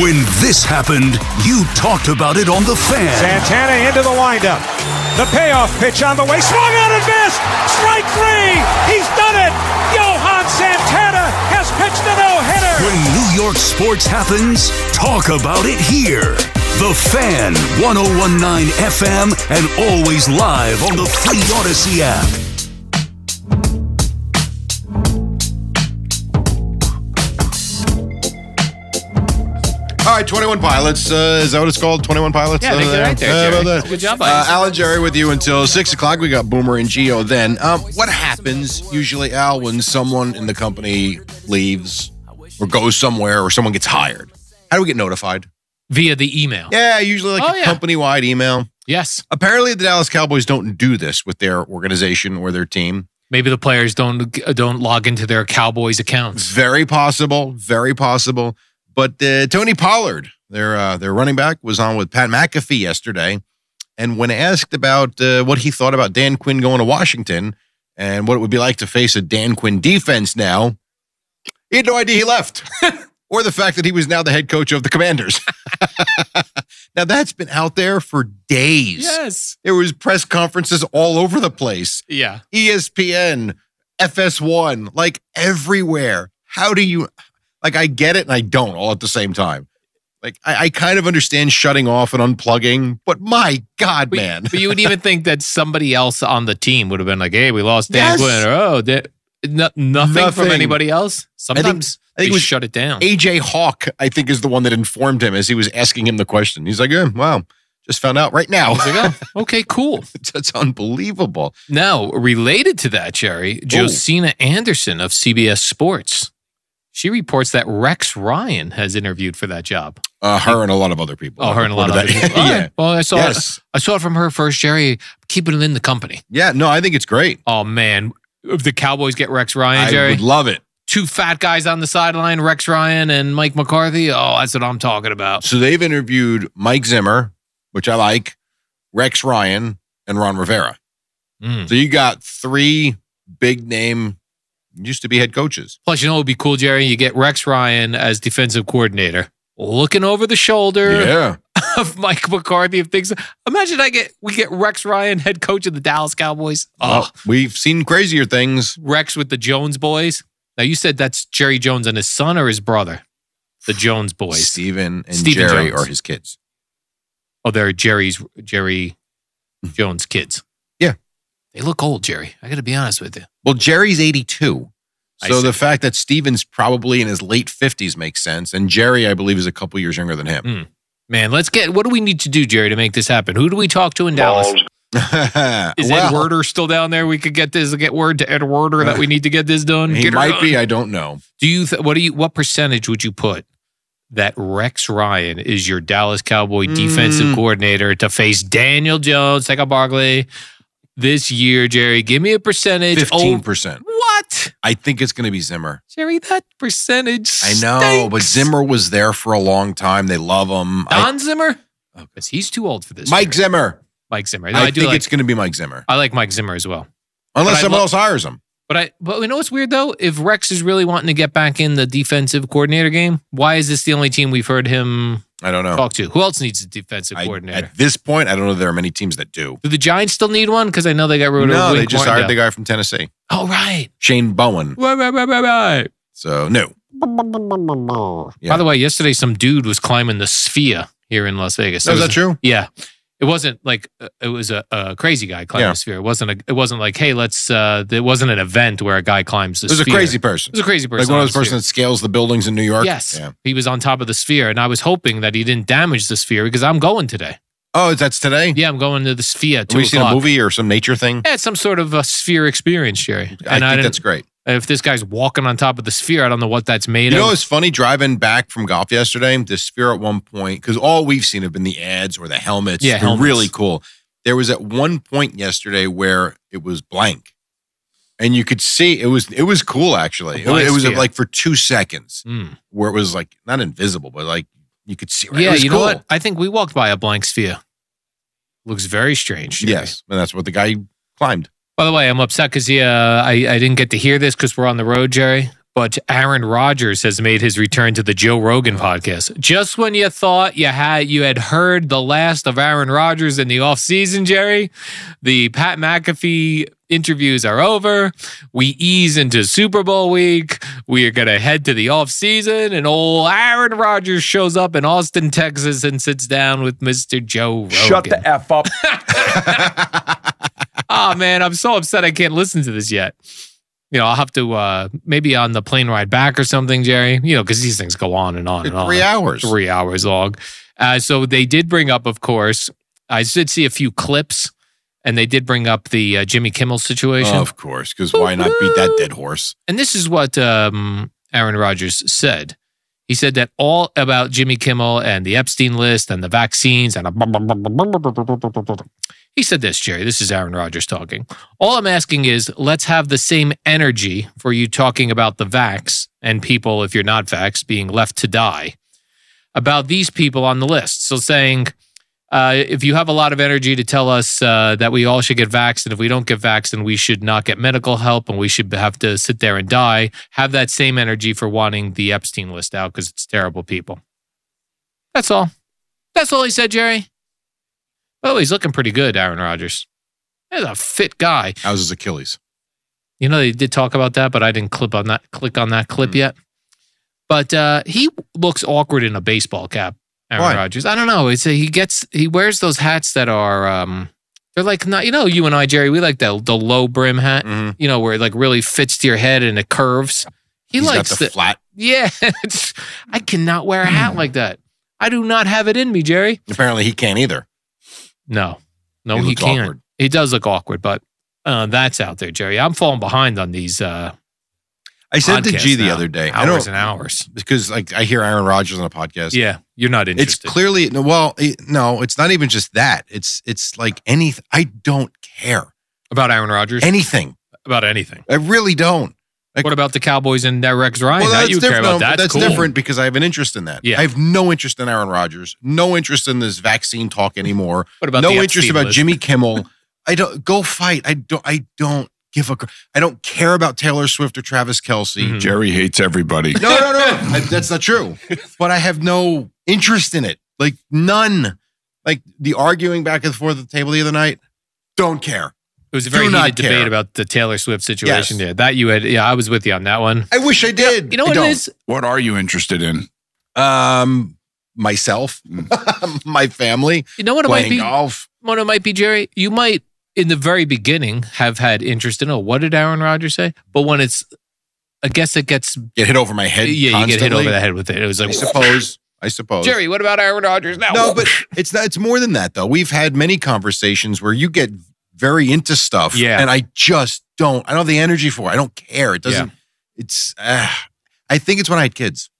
When this happened, you talked about it on The Fan. Santana into the windup. The payoff pitch on the way. Swung out and missed. Strike three. He's done it. Johan Santana has pitched a no hitter. When New York sports happens, talk about it here. The Fan, 1019 FM, and always live on the free Odyssey app. All right, 21 Pilots. Uh, is that what it's called? 21 Pilots? Yeah, I think Uh, they're right there, uh, Jerry. about that. Good job, Uh, Ice. Alan Jerry with you until 6 o'clock. We got Boomer and Geo then. Um, what happens usually, Al, when someone in the company leaves or goes somewhere or someone gets hired, how do we get notified? Via the email. Yeah, usually like Oh, a yeah. company wide email. Yes. Apparently, the Dallas Cowboys don't do this with their organization or their team. Maybe the players don't don't log into their Cowboys accounts. Very possible. Very possible. But uh, Tony Pollard, their uh, their running back, was on with Pat McAfee yesterday, and when asked about uh, what he thought about Dan Quinn going to Washington and what it would be like to face a Dan Quinn defense now, he had no idea he left, or the fact that he was now the head coach of the Commanders. now that's been out there for days. Yes. There was press conferences all over the place. Yeah. E ESPN, FS1, like everywhere. How do you like I get it and I don't all at the same time. Like I, I kind of understand shutting off and unplugging, but my God, man. But you would even think that somebody else on the team would have been like, "Hey, we lost Dan Yes. Quinn," or "Oh, da- no- nothing, from Nothing. anybody else." I think- Sometimes I think it they was shut it down. AJ Hawk, I think, is the one that informed him as he was asking him the question. He's like, yeah, wow, just found out right now. He's like, "Oh, okay, cool." That's unbelievable. Now, related to that, Jerry, Josina Anderson of CBS Sports, she reports that Rex Ryan has interviewed for that job. Uh, her and a lot of other people. Oh, her and a lot of other reported that. people. All yeah. right. Well, I saw Yes. I saw it from her first, Jerry. Keeping it in the company. Yeah. No, I think it's great. Oh man, if the Cowboys get Rex Ryan, I Jerry, would love it. two fat guys on the sideline, Rex Ryan and Mike McCarthy. Oh, that's what I'm talking about. So they've interviewed Mike Zimmer, which I like, Rex Ryan, and Ron Rivera. Mm. So you got three big name, used to be head coaches. Plus, you know what would be cool, Jerry? You get Rex Ryan as defensive coordinator, looking over the shoulder Yeah. of Mike McCarthy of things. Imagine I get we get Rex Ryan, head coach of the Dallas Cowboys. Oh, Well, we've seen crazier things. Rex with the Jones boys. Now you said that's Jerry Jones and his son or his brother, the Jones boys. Steven and Stephen Jerry Jones. are his kids. Oh, they're Jerry's Jerry Jones kids. Hmm. Yeah. they look old, Jerry. I got to be honest with you. Well, Jerry's 82. I So see. the fact that Steven's probably in his late 50s makes sense. And Jerry, I believe, is a couple years younger than him. Man, let's get. What do we need to do, Jerry, to make this happen? Who do we talk to in Dallas? Hmm. Is Well, Ed Werder still down there? We could get this. Get word to Ed Werder that we need to get this done. He Get her might be. done. I don't know. Do you? Th- what do you? What percentage would you put that Rex Ryan is your Dallas Cowboy defensive Mm. coordinator to face Daniel Jones, Saquon Barkley this year, Jerry? Give me a percentage. Oh, 15%. what, I think it's going to be Zimmer. Jerry? That percentage. I know, but stinks. Zimmer was there for a long time. They love him. I- Don Zimmer. Because he's too old for this. Mike Jerry. Zimmer. Mike Zimmer. No, I, I, do think like. it's going to be Mike Zimmer, I like Mike Zimmer as well. unless I someone lo- else hires him. But I, but you know what's weird though? If Rex is really wanting to get back in the defensive coordinator game, why is this the only team we've heard him I don't know. talk to? Who else needs a defensive Oh. I- coordinator? at this point, I don't know. If there are many teams that do. Do the Giants still need one? Because I know they got rid of. No, they Wink just hired the Martindale. guy from Tennessee, Oh right. Shane Bowen. Right, right, right, right, right. So no, Yeah. By the way, yesterday some dude was climbing the Sphere here in Las Vegas. Oh, is It that was- true? Yeah. It wasn't like uh, it was a, a crazy guy climbing Yeah. the sphere. It wasn't a, it wasn't like hey let's uh it wasn't an event where a guy climbs the It was a sphere. crazy it person, was a crazy person like one on of those the sphere. persons that scales the buildings in New York. Yes. Yeah. He was on top of the sphere, and I was hoping that he didn't damage the sphere because I'm going today. Oh, that's today. Yeah, I'm going to the sphere. at Have Two we seen a o'clock. movie or some nature thing? Yeah, it's some sort of a sphere experience, Jerry. I And I, think didn't. that's great. if this guy's walking on top of the sphere, I don't know what that's made You know, of. it's funny driving back from golf yesterday. The sphere at one point, because all we've seen have been the ads or the helmets. Yeah, They're helmets. really cool. There was at one point yesterday where it was blank, and you could see it was it was cool actually. A It was, blank it was sphere. like for two seconds Mm. where it was like not invisible, but like you could see. Right? It Yeah, was you know cool. what? I think we walked by a blank sphere. Looks very strange. Jerry. Yes, and that's what the guy climbed. By the way, I'm upset because uh, I, I didn't get to hear this because we're on the road, Jerry. But Aaron Rodgers has made his return to the Joe Rogan podcast. Just when you thought you had you had heard the last of Aaron Rodgers in the offseason, Jerry, the Pat McAfee interviews are over. We ease into Super Bowl week. We are going to head to the offseason. And old Aaron Rodgers shows up in Austin, Texas and sits down with Mr. Joe Rogan. Shut the F up. oh man, I'm so upset I can't listen to this yet. You know, I'll have to uh maybe on the plane ride back or something, Jerry. You know, because these things go on and on and on. Three hours. Three hours long. Uh, so they did bring up, of course, I did see a few clips, and they did bring up the uh, Jimmy Kimmel situation. Of course, because why not beat that dead horse? And this is what um Aaron Rodgers said. He said that all about Jimmy Kimmel and the Epstein list and the vaccines and a blah, blah, blah, blah, blah, blah, blah, blah, blah, blah. he said this, Jerry. This is Aaron Rodgers talking. All I'm asking is let's have the same energy for you talking about the vax and people, if you're not vax, being left to die about these people on the list. So saying, uh, if you have a lot of energy to tell us uh, that we all should get vaxxed, and if we don't get vaxxed, then we should not get medical help and we should have to sit there and die, have that same energy for wanting the Epstein list out because it's terrible people. That's all. That's all he said, Jerry. Oh, he's looking pretty good, Aaron Rodgers. He's a fit guy. How's his Achilles? You know, they did talk about that, but I didn't clip on that click on that Hmm. clip yet. But uh, he looks awkward in a baseball cap, Aaron Why? Rodgers. I don't know. It's a, he gets he wears those hats that are um, they're like not you know you and I Jerry we like the the low brim hat Mm-hmm. you know where it like really fits to your head and it curves. He He's got likes the flat. Yeah, it's- I cannot wear a hat like that. I do not have it in me, Jerry. Apparently, he can't either. No, no, He he, looks can't. awkward. He does look awkward, but uh, that's out there, Jerry. I'm falling behind on these. Uh, I said to podcasts G the now. other day. I hours don't- and hours. because like I hear Aaron Rodgers on a podcast. Yeah, you're not It's interested. clearly no. Well, it, no, it's not even just that. It's it's like anything. I don't care about Aaron Rodgers. Anything. about anything. I really don't. what about the Cowboys and that Rex Ryan? well, That that's you care different. about. no, That's, that's cool. different because I have an interest in that. Yeah. I have no interest in Aaron Rodgers. No interest in this vaccine talk anymore. What about no the interest Epstein about list? Jimmy Kimmel? I don't go fight. I don't. I don't give a. cr- I don't care about Taylor Swift or Travis Kelsey. Mm-hmm. Jerry hates everybody. No, no, no. I- That's not true. But I have no interest in it. Like none. Like the arguing back and forth at the table the other night. Don't care. It was a very Do not heated debate care. about the Taylor Swift situation. Yes. Yeah, that you had. Yeah, I was with you on that one. I wish I did. You know I what it don't. is? What are you interested in? Um, myself, Mm. my family. You know what it might playing be? Golf. What it might be, Jerry. You might, in the very beginning, have had interest in. Oh, what did Aaron Rodgers say? But when it's, I guess it gets. Get hit over my head. yeah, you get hit constantly. over the head with it. It was I like suppose. I suppose. Jerry. What about Aaron Rodgers now? No, but it's not, it's more than that though. We've had many conversations where you get very into stuff, Yeah. and I just don't. I don't have the energy for. it. I don't care. It doesn't. It's. Uh, I think it's when I had kids.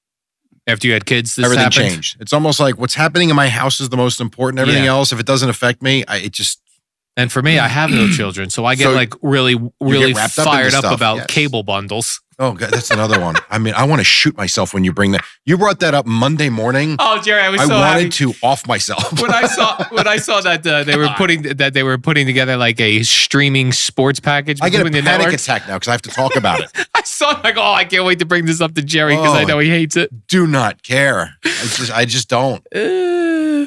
after you had kids, this everything happened. changed. It's almost like what's happening in my house is the most important. Everything Yeah. else, if it doesn't affect me, I, it just And for me, I have no children, so I get So like really, really wrapped up fired into up stuff, about yes. cable bundles. Oh god, that's another one. I mean, I want to shoot myself when you bring that. You brought that up Monday morning. Oh, Jerry, I was I so wanted happy. to off myself. when I saw when I saw that uh, they were putting that they were putting together like a streaming sports package I get a between the panic networks, attack now because I have to talk about it. I saw it like, oh, I can't wait to bring this up to Jerry because I Oh. know he hates it. Do not care. I just, I just don't. Uh,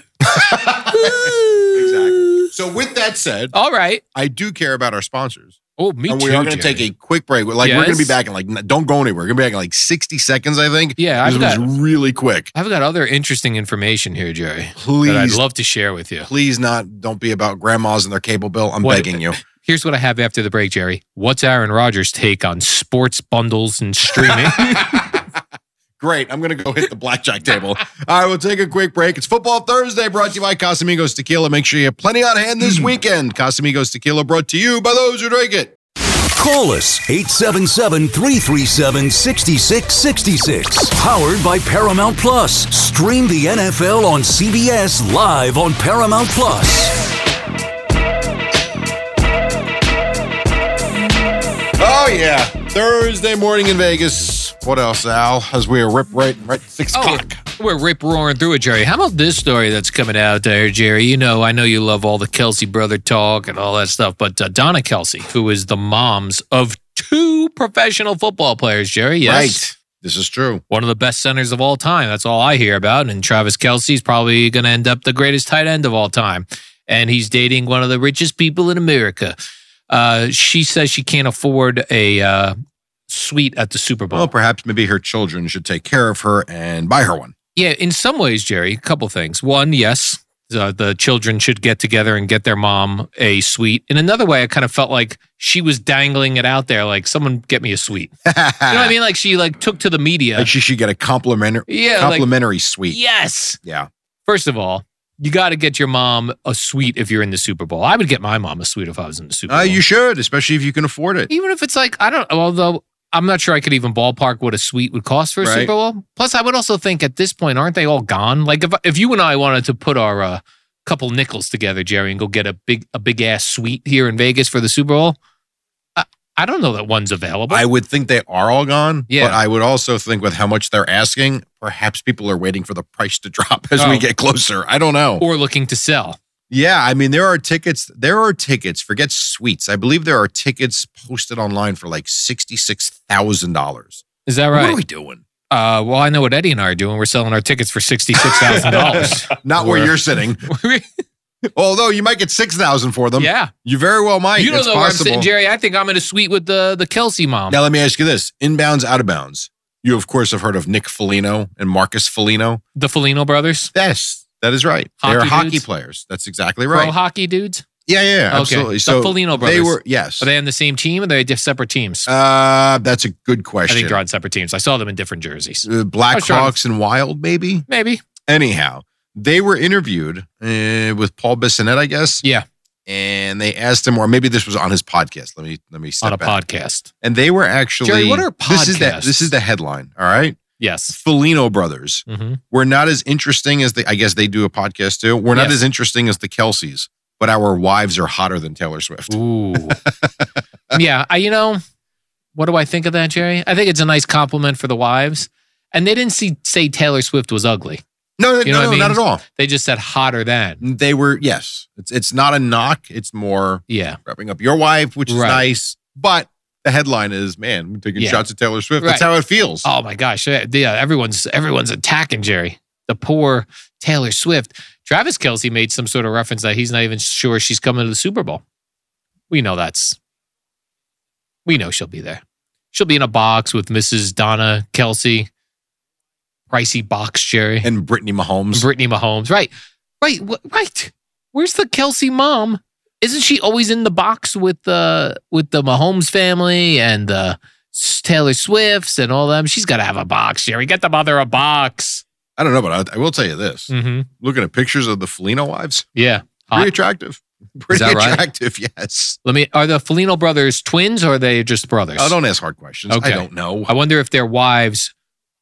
exactly. So, with that said, All right. I do care about our sponsors. Oh, me and too. we are going to Jerry. take a quick break. Like we're going Yes. to be back in like n- don't go anywhere. We're going to be back in like sixty seconds, I think. Yeah, I've this got, was really quick. I've got other interesting information here, Jerry. that I'd Please, love to share with you. please not. Don't be about grandmas and their cable bill. I'm What- begging you. Here's what I have after the break, Jerry. What's Aaron Rodgers' take on sports bundles and streaming? Great. I'm going to go hit the blackjack table. All right, we'll take a quick break. It's Football Thursday brought to you by Casamigos Tequila. Make sure you have plenty on hand Hmm. this weekend. Casamigos Tequila brought to you by those who drink it. Call us 877 337 6666. Powered by Paramount Plus. Stream the NFL on CBS live on Paramount Plus. Oh, yeah. Thursday morning in Vegas. What else, Al? As we rip right, right six Oh, o'clock. we're rip roaring through it, Jerry. How about this story that's coming out there, Jerry? You know, I know you love all the Kelsey brother talk and all that stuff, but uh, Donna Kelsey, who is the moms of two professional football players, Jerry, yes. Right. This is true. One of the best centers of all time. That's all I hear about. And Travis Kelsey's probably going to end up the greatest tight end of all time. And he's dating one of the richest people in America. Uh, she says she can't afford a uh, suite at the Super Bowl. Well, perhaps maybe her children should take care of her and buy her one. Yeah, in some ways, Jerry, a couple things. One, yes, uh, the children should get together and get their mom a suite. In another way, I kind of felt like she was dangling it out there, like someone get me a suite. You know what I mean? Like she like took to the media. Ah. Like she should get a complimentary, Yeah, like- complimentary suite. Yes. Yeah. First of all, you got to get your mom a suite if you're in the Super Bowl. I would get my mom a suite if I was in the Super Bowl. Uh, you should, especially if you can afford it. Even if it's like I don't. Although I'm not sure I could even ballpark what a suite would cost for a Right. Super Bowl. Plus, I would also think at this point, aren't they all gone? Like if if you and I wanted to put our uh, couple nickels together, Jerry, and go get a big a big ass suite here in Vegas for the Super Bowl, I, I don't know that one's available. I would think they are all gone. Yeah. But I would also think with how much they're asking, perhaps people are waiting for the price to drop as Oh. we get closer. I don't know. or looking to sell. Yeah, I mean there are tickets. There are tickets. Forget suites. I believe there are tickets posted online for like sixty six thousand dollars. Is that What right? are we doing? uh, well, I know what Eddie and I are doing. We're selling our tickets for sixty six thousand dollars. Not where We're- you're sitting. Although you might get six thousand for them. Yeah. you very well might. you don't It's know where I'm possible. sitting, Jerry. I think I'm in a suite with the the Kelsey mom. Now let me ask you this: inbounds, out of bounds. You of course have heard of Nick Foligno and Marcus Foligno. The Felino brothers, Yes, that is right. They're Hockey hockey dudes? players. That's exactly pro right. hockey dudes. yeah, yeah, Okay. absolutely. The So Foligno They brothers. were yes. Are they on the same team? Or are they just separate teams? uh, that's a good I question. think they're on separate teams. I saw them in different jerseys. uh, was trying to- Blackhawks and Wild, maybe. Maybe. Anyhow, they were interviewed uh, with Paul Bissonnette, I guess. Yeah. And they asked him, or maybe this was on his podcast. Let me let me step on a back. podcast. And they were actually. Jerry, what are This is the, podcasts? this is the headline. All right. Yes. Felino brothers hmm were not as interesting as they. I guess they do a podcast too. We're not Yes. as interesting as the Kelseys, but our wives are hotter than Taylor Swift. Ooh. yeah. I, you know, what do I think of that, Jerry? I think it's a nice compliment for the wives. And they didn't see, say Taylor Swift was ugly. No, no, You know no, what I no, mean? not at all. They just said hotter than. They were yes. It's it's not a knock. It's more Yeah. wrapping up your wife, which is Right. nice. But the headline is, man, we're taking Yeah. shots at Taylor Swift. That's Right. how it feels. Oh my gosh. Yeah. yeah, Everyone's everyone's attacking Jerry. The poor Taylor Swift. Travis Kelsey made some sort of reference that he's not even sure she's coming to the Super Bowl. We know that's we know she'll be there. She'll be in a box with Mrs. Donna Kelsey, pricey box Jerry, And Brittany Mahomes. Brittany Mahomes. Right. Right. wh- Right. Where's the Kelsey mom? Isn't she always in the box with the with the Mahomes family and the S- Taylor Swifts and all them? She's got to have a box, Jerry. Get the mother a box. I don't know, but I, I will tell you this. Mm-hmm. Looking at pictures of the Felino wives, Yeah. Hot. pretty attractive. Pretty that right? attractive, yes. Let me. Are the Felino brothers twins or are they just brothers? Oh, don't ask hard questions. Okay. I don't know. I wonder if their wives.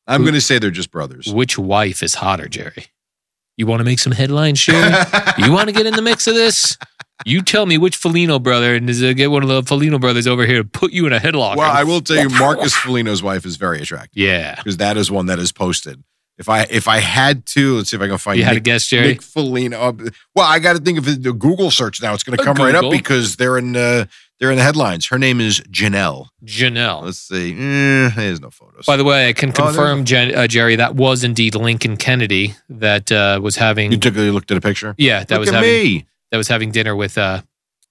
I'm going to say they're just brothers. Which wife is hotter, Jerry? You want to make some headlines, Jerry? you want to get in the mix of this? You tell me which Felino brother, and is it get one of the Felino brothers over here to put you in a headlock. well, I will tell you, Marcus Felino's wife is very attractive Yeah. because that is one that is posted. If I if I had to, let's see if I can find You had a Nick guess, Jerry? Nick Foligno. Well, I got to think of the the Google search now. It's going to Uh, come right up Google. because they're in uh, they're in the headlines. Her name is Janelle. Janelle. Let's see. Eh, there's no Oh. photos. By the way, I can Oh, there's- confirm, Jen, uh, Jerry, that was indeed Lincoln Kennedy that uh, was having. you took a look at a picture. yeah, that look was at having me, that was having dinner with uh,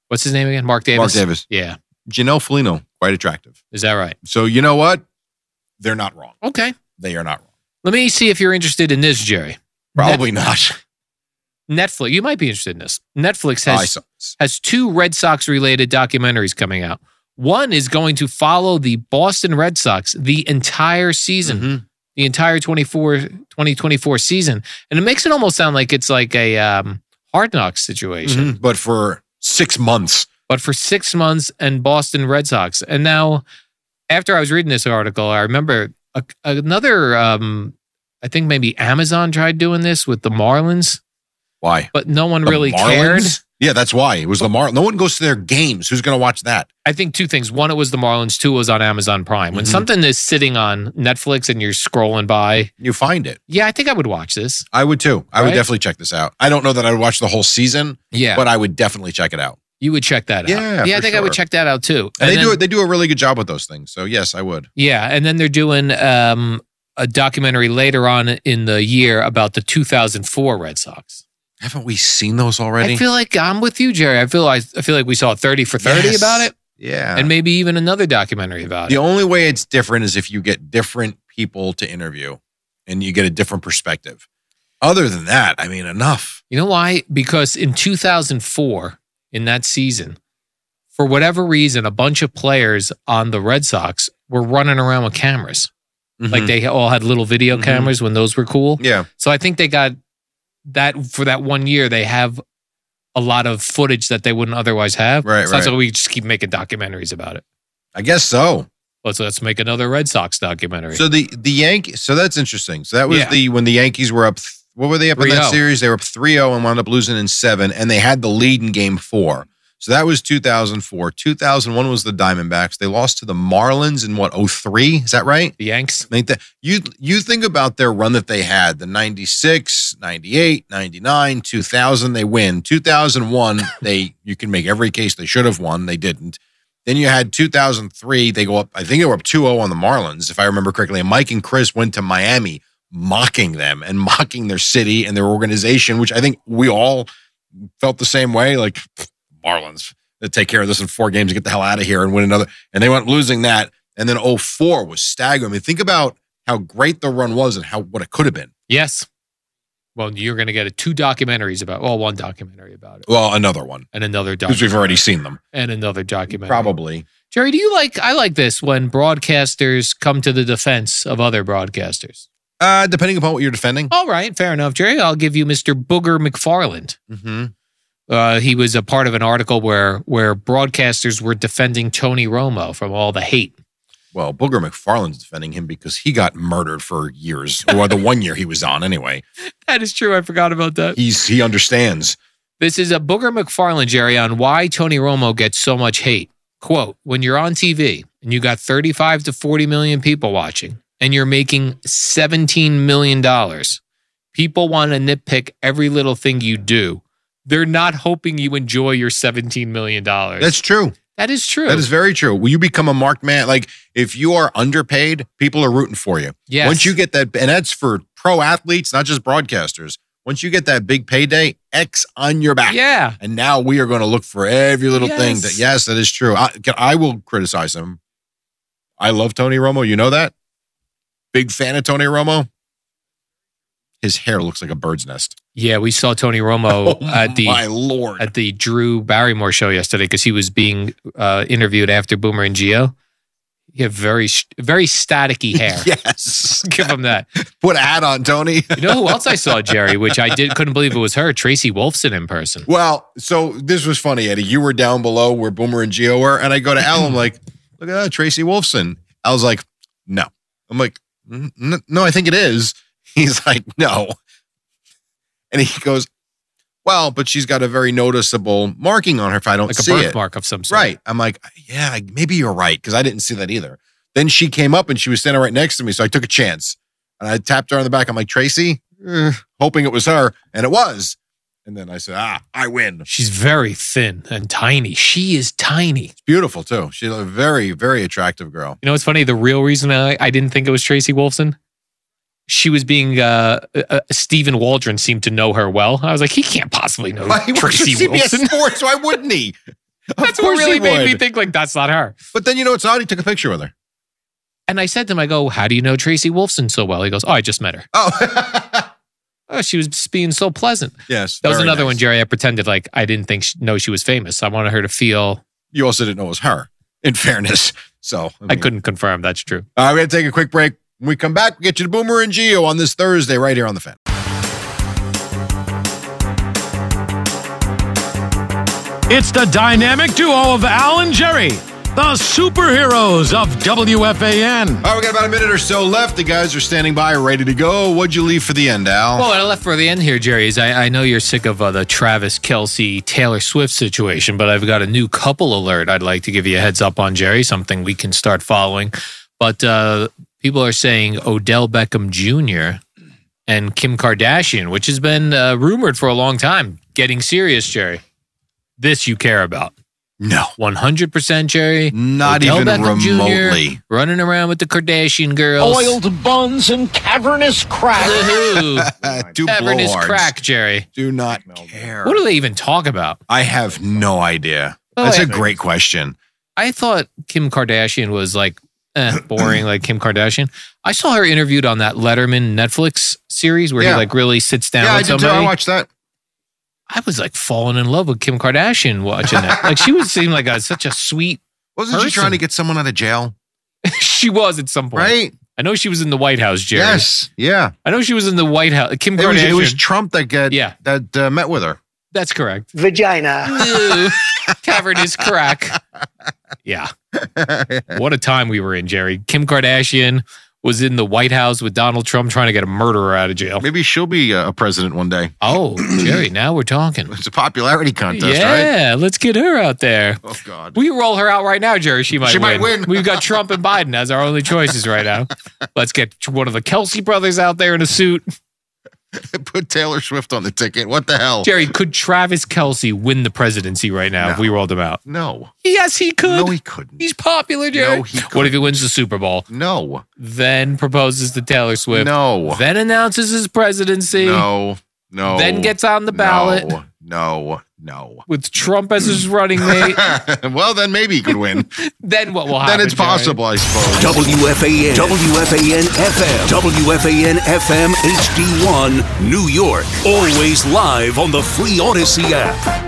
what's his name again? Mark Davis. Mark Davis. Yeah, Janelle Foligno, quite attractive. is that right? So you know what? They're not wrong. Okay. They are not wrong. Let me see if you're interested in this, Jerry. Probably not. Netflix. You might be interested in this. Netflix I has saw this. has two Red Sox related documentaries coming out. One is going to follow the Boston Red Sox the entire season. Mhm. the entire 24, 2024 season. And it makes it almost sound like it's like a um, hard knocks situation, Mhm. But for six months, but for six months and Boston Red Sox. And now, after I was reading this article, I remember a, another, um, I think maybe Amazon tried doing this with the Marlins, why? but no one The really Marlins? cared. Yeah, that's why it was the Marlins. No one goes to their games. Who's going to watch that? I think two things. One, it was the Marlins. Two, it was on Amazon Prime. When Mhm. something is sitting on Netflix and you're scrolling by, You find it. yeah, I think I would watch this. I would too. I Right? would definitely check this out. I don't know that I'd watch the whole season, Yeah. but I would definitely check it out. you would check that Yeah, out. Yeah, I for think I would sure. check that out too. And, they then- do it. They do a really good job with those things. So yes, I would. Yeah, and then they're doing um, a documentary later on in the year about the 2004 Red Sox. Haven't we seen those already? I feel like I'm with you, Jerry. I feel like I feel like we saw 30 for 30 Yes. about it, yeah. and maybe even another documentary about the it. only way it's different is if you get different people to interview, and you get a different perspective. Other than that, I mean, enough. You know why? Because in 2004, in that season, for whatever reason, a bunch of players on the Red Sox were running around with cameras. Like Mhm. they all had little video Mhm. cameras when those were cool. yeah, So I think they got that for that one year. They have a lot of footage that they wouldn't otherwise have. Right, so that's right. why we just keep making documentaries about it. I guess so. let's Oh, let's make another Red Sox documentary. So the the Yankees. So that's interesting. So that was Yeah. oh. the when the Yankees were up. th- What were they up in that 3-0. series? They were up 3-0 and wound up losing in seven, and they had the lead in game four. So that was 2004. 2001 was the Diamondbacks. They lost to the Marlins in what 03? Is that right? The Yanks. I think that you you think about their run that they had the 96, 98, 99, 2000 they win. 2001 they you can make every case they should have won, they didn't. Then you had 2003 they go up I think they were up 2-0 on the Marlins if I remember correctly. And Mike and Chris went to Miami mocking them and mocking their city and their organization, which I think we all felt the same way like "Pfft, Marlins they take care of this in four games and get the hell out of here and win another. And they went losing that. And then 04 was staggering. I mean, think about how great the run was and how what it could have been. yes. Well, you're going to get a, two documentaries about. Well, one documentary about it, Well, another one and another because documentary, we've already seen them. and another documentary. Probably. Jerry, do you like? I like this when broadcasters come to the defense of other broadcasters. Uh, depending upon what you're defending. All right, fair enough, Jerry. I'll give you Mr. Booger McFarland. Mm-hmm. Uh, he was a part of an article where where broadcasters were defending Tony Romo from all the hate. Well, Booger McFarland's defending him because he got murdered for years, or the one year he was on anyway. That is true. I forgot about that. He's he understands. This is a Booger McFarland, Jerry, on why Tony Romo gets so much hate. Quote When you're on TV and you got 35 to 40 million people watching and you're making $17 million, people want to nitpick every little thing you do. They're not hoping you enjoy your $17 million. That's true. that is true. That is very true. Will you become a marked man? Like if you are underpaid, people are rooting for you. Yes. Once you get that, and that's for pro athletes, not just broadcasters. Once you get that big payday, X on your back. Yeah. And now we are going to look for every little thing that, Yes. yes, that is true. I, can- I will criticize him. I love Tony Romo. You know that? Big fan of Tony Romo. His hair looks like a bird's nest. Yeah, we saw Tony Romo at the Oh my lord. at the Drew Barrymore show yesterday because he was being uh, interviewed after Boomer and Geo. He had very sh- very staticky hair. yes. Give him that. Put a hat on, Tony. You know who else I saw, Jerry? Which I did couldn't believe it was her, Tracy Wolfson in person. Well, so this was funny, Eddie. You were down below where Boomer and Geo were, and I go to Al. I'm like, look at that, Tracy Wolfson. I was like, no. I'm like, "N- n- no, I think it is. He's like, no. And he goes, well, but she's got a very noticeable marking on her if I don't Like a see it. birthmark of some sort. Right. I'm like, yeah, maybe you're right because I didn't see that either. Then she came up and she was standing right next to me, so I took a chance and I tapped her on the back. I'm like, Tracy, Eh, hoping it was her, and it was. And then I said, ah, I win. It's She's very thin and tiny. She is tiny. beautiful too. She's a very, very attractive girl. You know, it's funny. The real reason I, I didn't think it was Tracy Wolfson, she was being uh, uh, Stephen Waldron seemed to know her well. I was like, he can't possibly know Why would Oh, Tracy CBS Wolfson. Sports? Why wouldn't he? Of That's what course he really made me would. think like that's not her. But then you know it's odd. He took a picture with her. And I said to him, I go, How do you know Tracy Wolfson so well? He goes, Oh, I just met her. Oh, Oh, she was just being so pleasant. yes. That was very another one, nice. Jerry. I pretended like I didn't think she, no, she was famous. I wanted her to feel You also didn't know it was her. In fairness, so I mean- couldn't confirm that's true. All right, we're going to Uh, take a quick break. When we come back, we'll get you to Boomer and Geo on this Thursday right here on The Fan. It's the dynamic duo of Al and Jerry, the superheroes of WFAN. All right, we got about a minute or so left. The guys are standing by, ready to go. What'd you leave for the end, Al? Well, what Oh, I left for the end here, Jerry, is I, I know you're sick of uh, the Travis Kelsey Taylor Swift situation, but I've got a new couple alert I'd like to give you a heads up on, Jerry, something we can start following. But uh, people are saying Odell Beckham Jr. and Kim Kardashian, which has been uh, rumored for a long time, getting serious, Jerry. This you care about. no, 100% Jerry. not Odell even Beckham Jr. remotely. running around with the Kardashian girls. buns and cavernous crack. Woohoo. Uh, Do Cavernous blowhards. crack, Jerry. Do not care. What do they even talk about? I have no idea. Oh, That's yeah. a great question. I thought Kim Kardashian was like eh, boring, like Kim Kardashian. I saw her interviewed on that Letterman Netflix series where he Yeah. like really sits down yeah, I with did too. I somebody. watched that. I was like falling in love with Kim Kardashian watching that. like she would seem like a, such a sweet. Wasn't she Person. trying to get someone out of jail? she was at some point. Right? I know she was in the White House, Jerry. Yes. Yeah. I know she was in the White House. Kim It was, Kardashian. it was Trump that got, Yeah. that uh, met with her. That's correct. Vagina. Ew. Tavern is crack. Yeah. What a time we were in, Jerry. Kim Kardashian was in the White House with Donald Trump trying to get a murderer out of jail. Maybe she'll be uh, a president one day. Oh, Jerry, now we're talking. It's a popularity contest, right? Yeah, let's get her out there. Oh God. We roll her out right now, Jerry. She might She might win. win. We've got Trump and Biden as our only choices right now. Let's get one of the Kelsey brothers out there in a suit. Put Taylor Swift on the ticket. What the hell? Jerry, could Travis Kelsey win the presidency right now if No. we rolled him out? No. Yes, he could. No, he couldn't. He's popular, Jerry. No, he what if he wins the Super Bowl? No. Then proposes to Taylor Swift. No. Then announces his presidency. No. No. Then gets on the ballot No. No. No. with Trump as his running mate. well, then maybe he could win. then what will happen? then it's Jerry? possible, I suppose. WFAN, WFAN FM, WFAN FM HD1, New York. Always live on the free Odyssey app.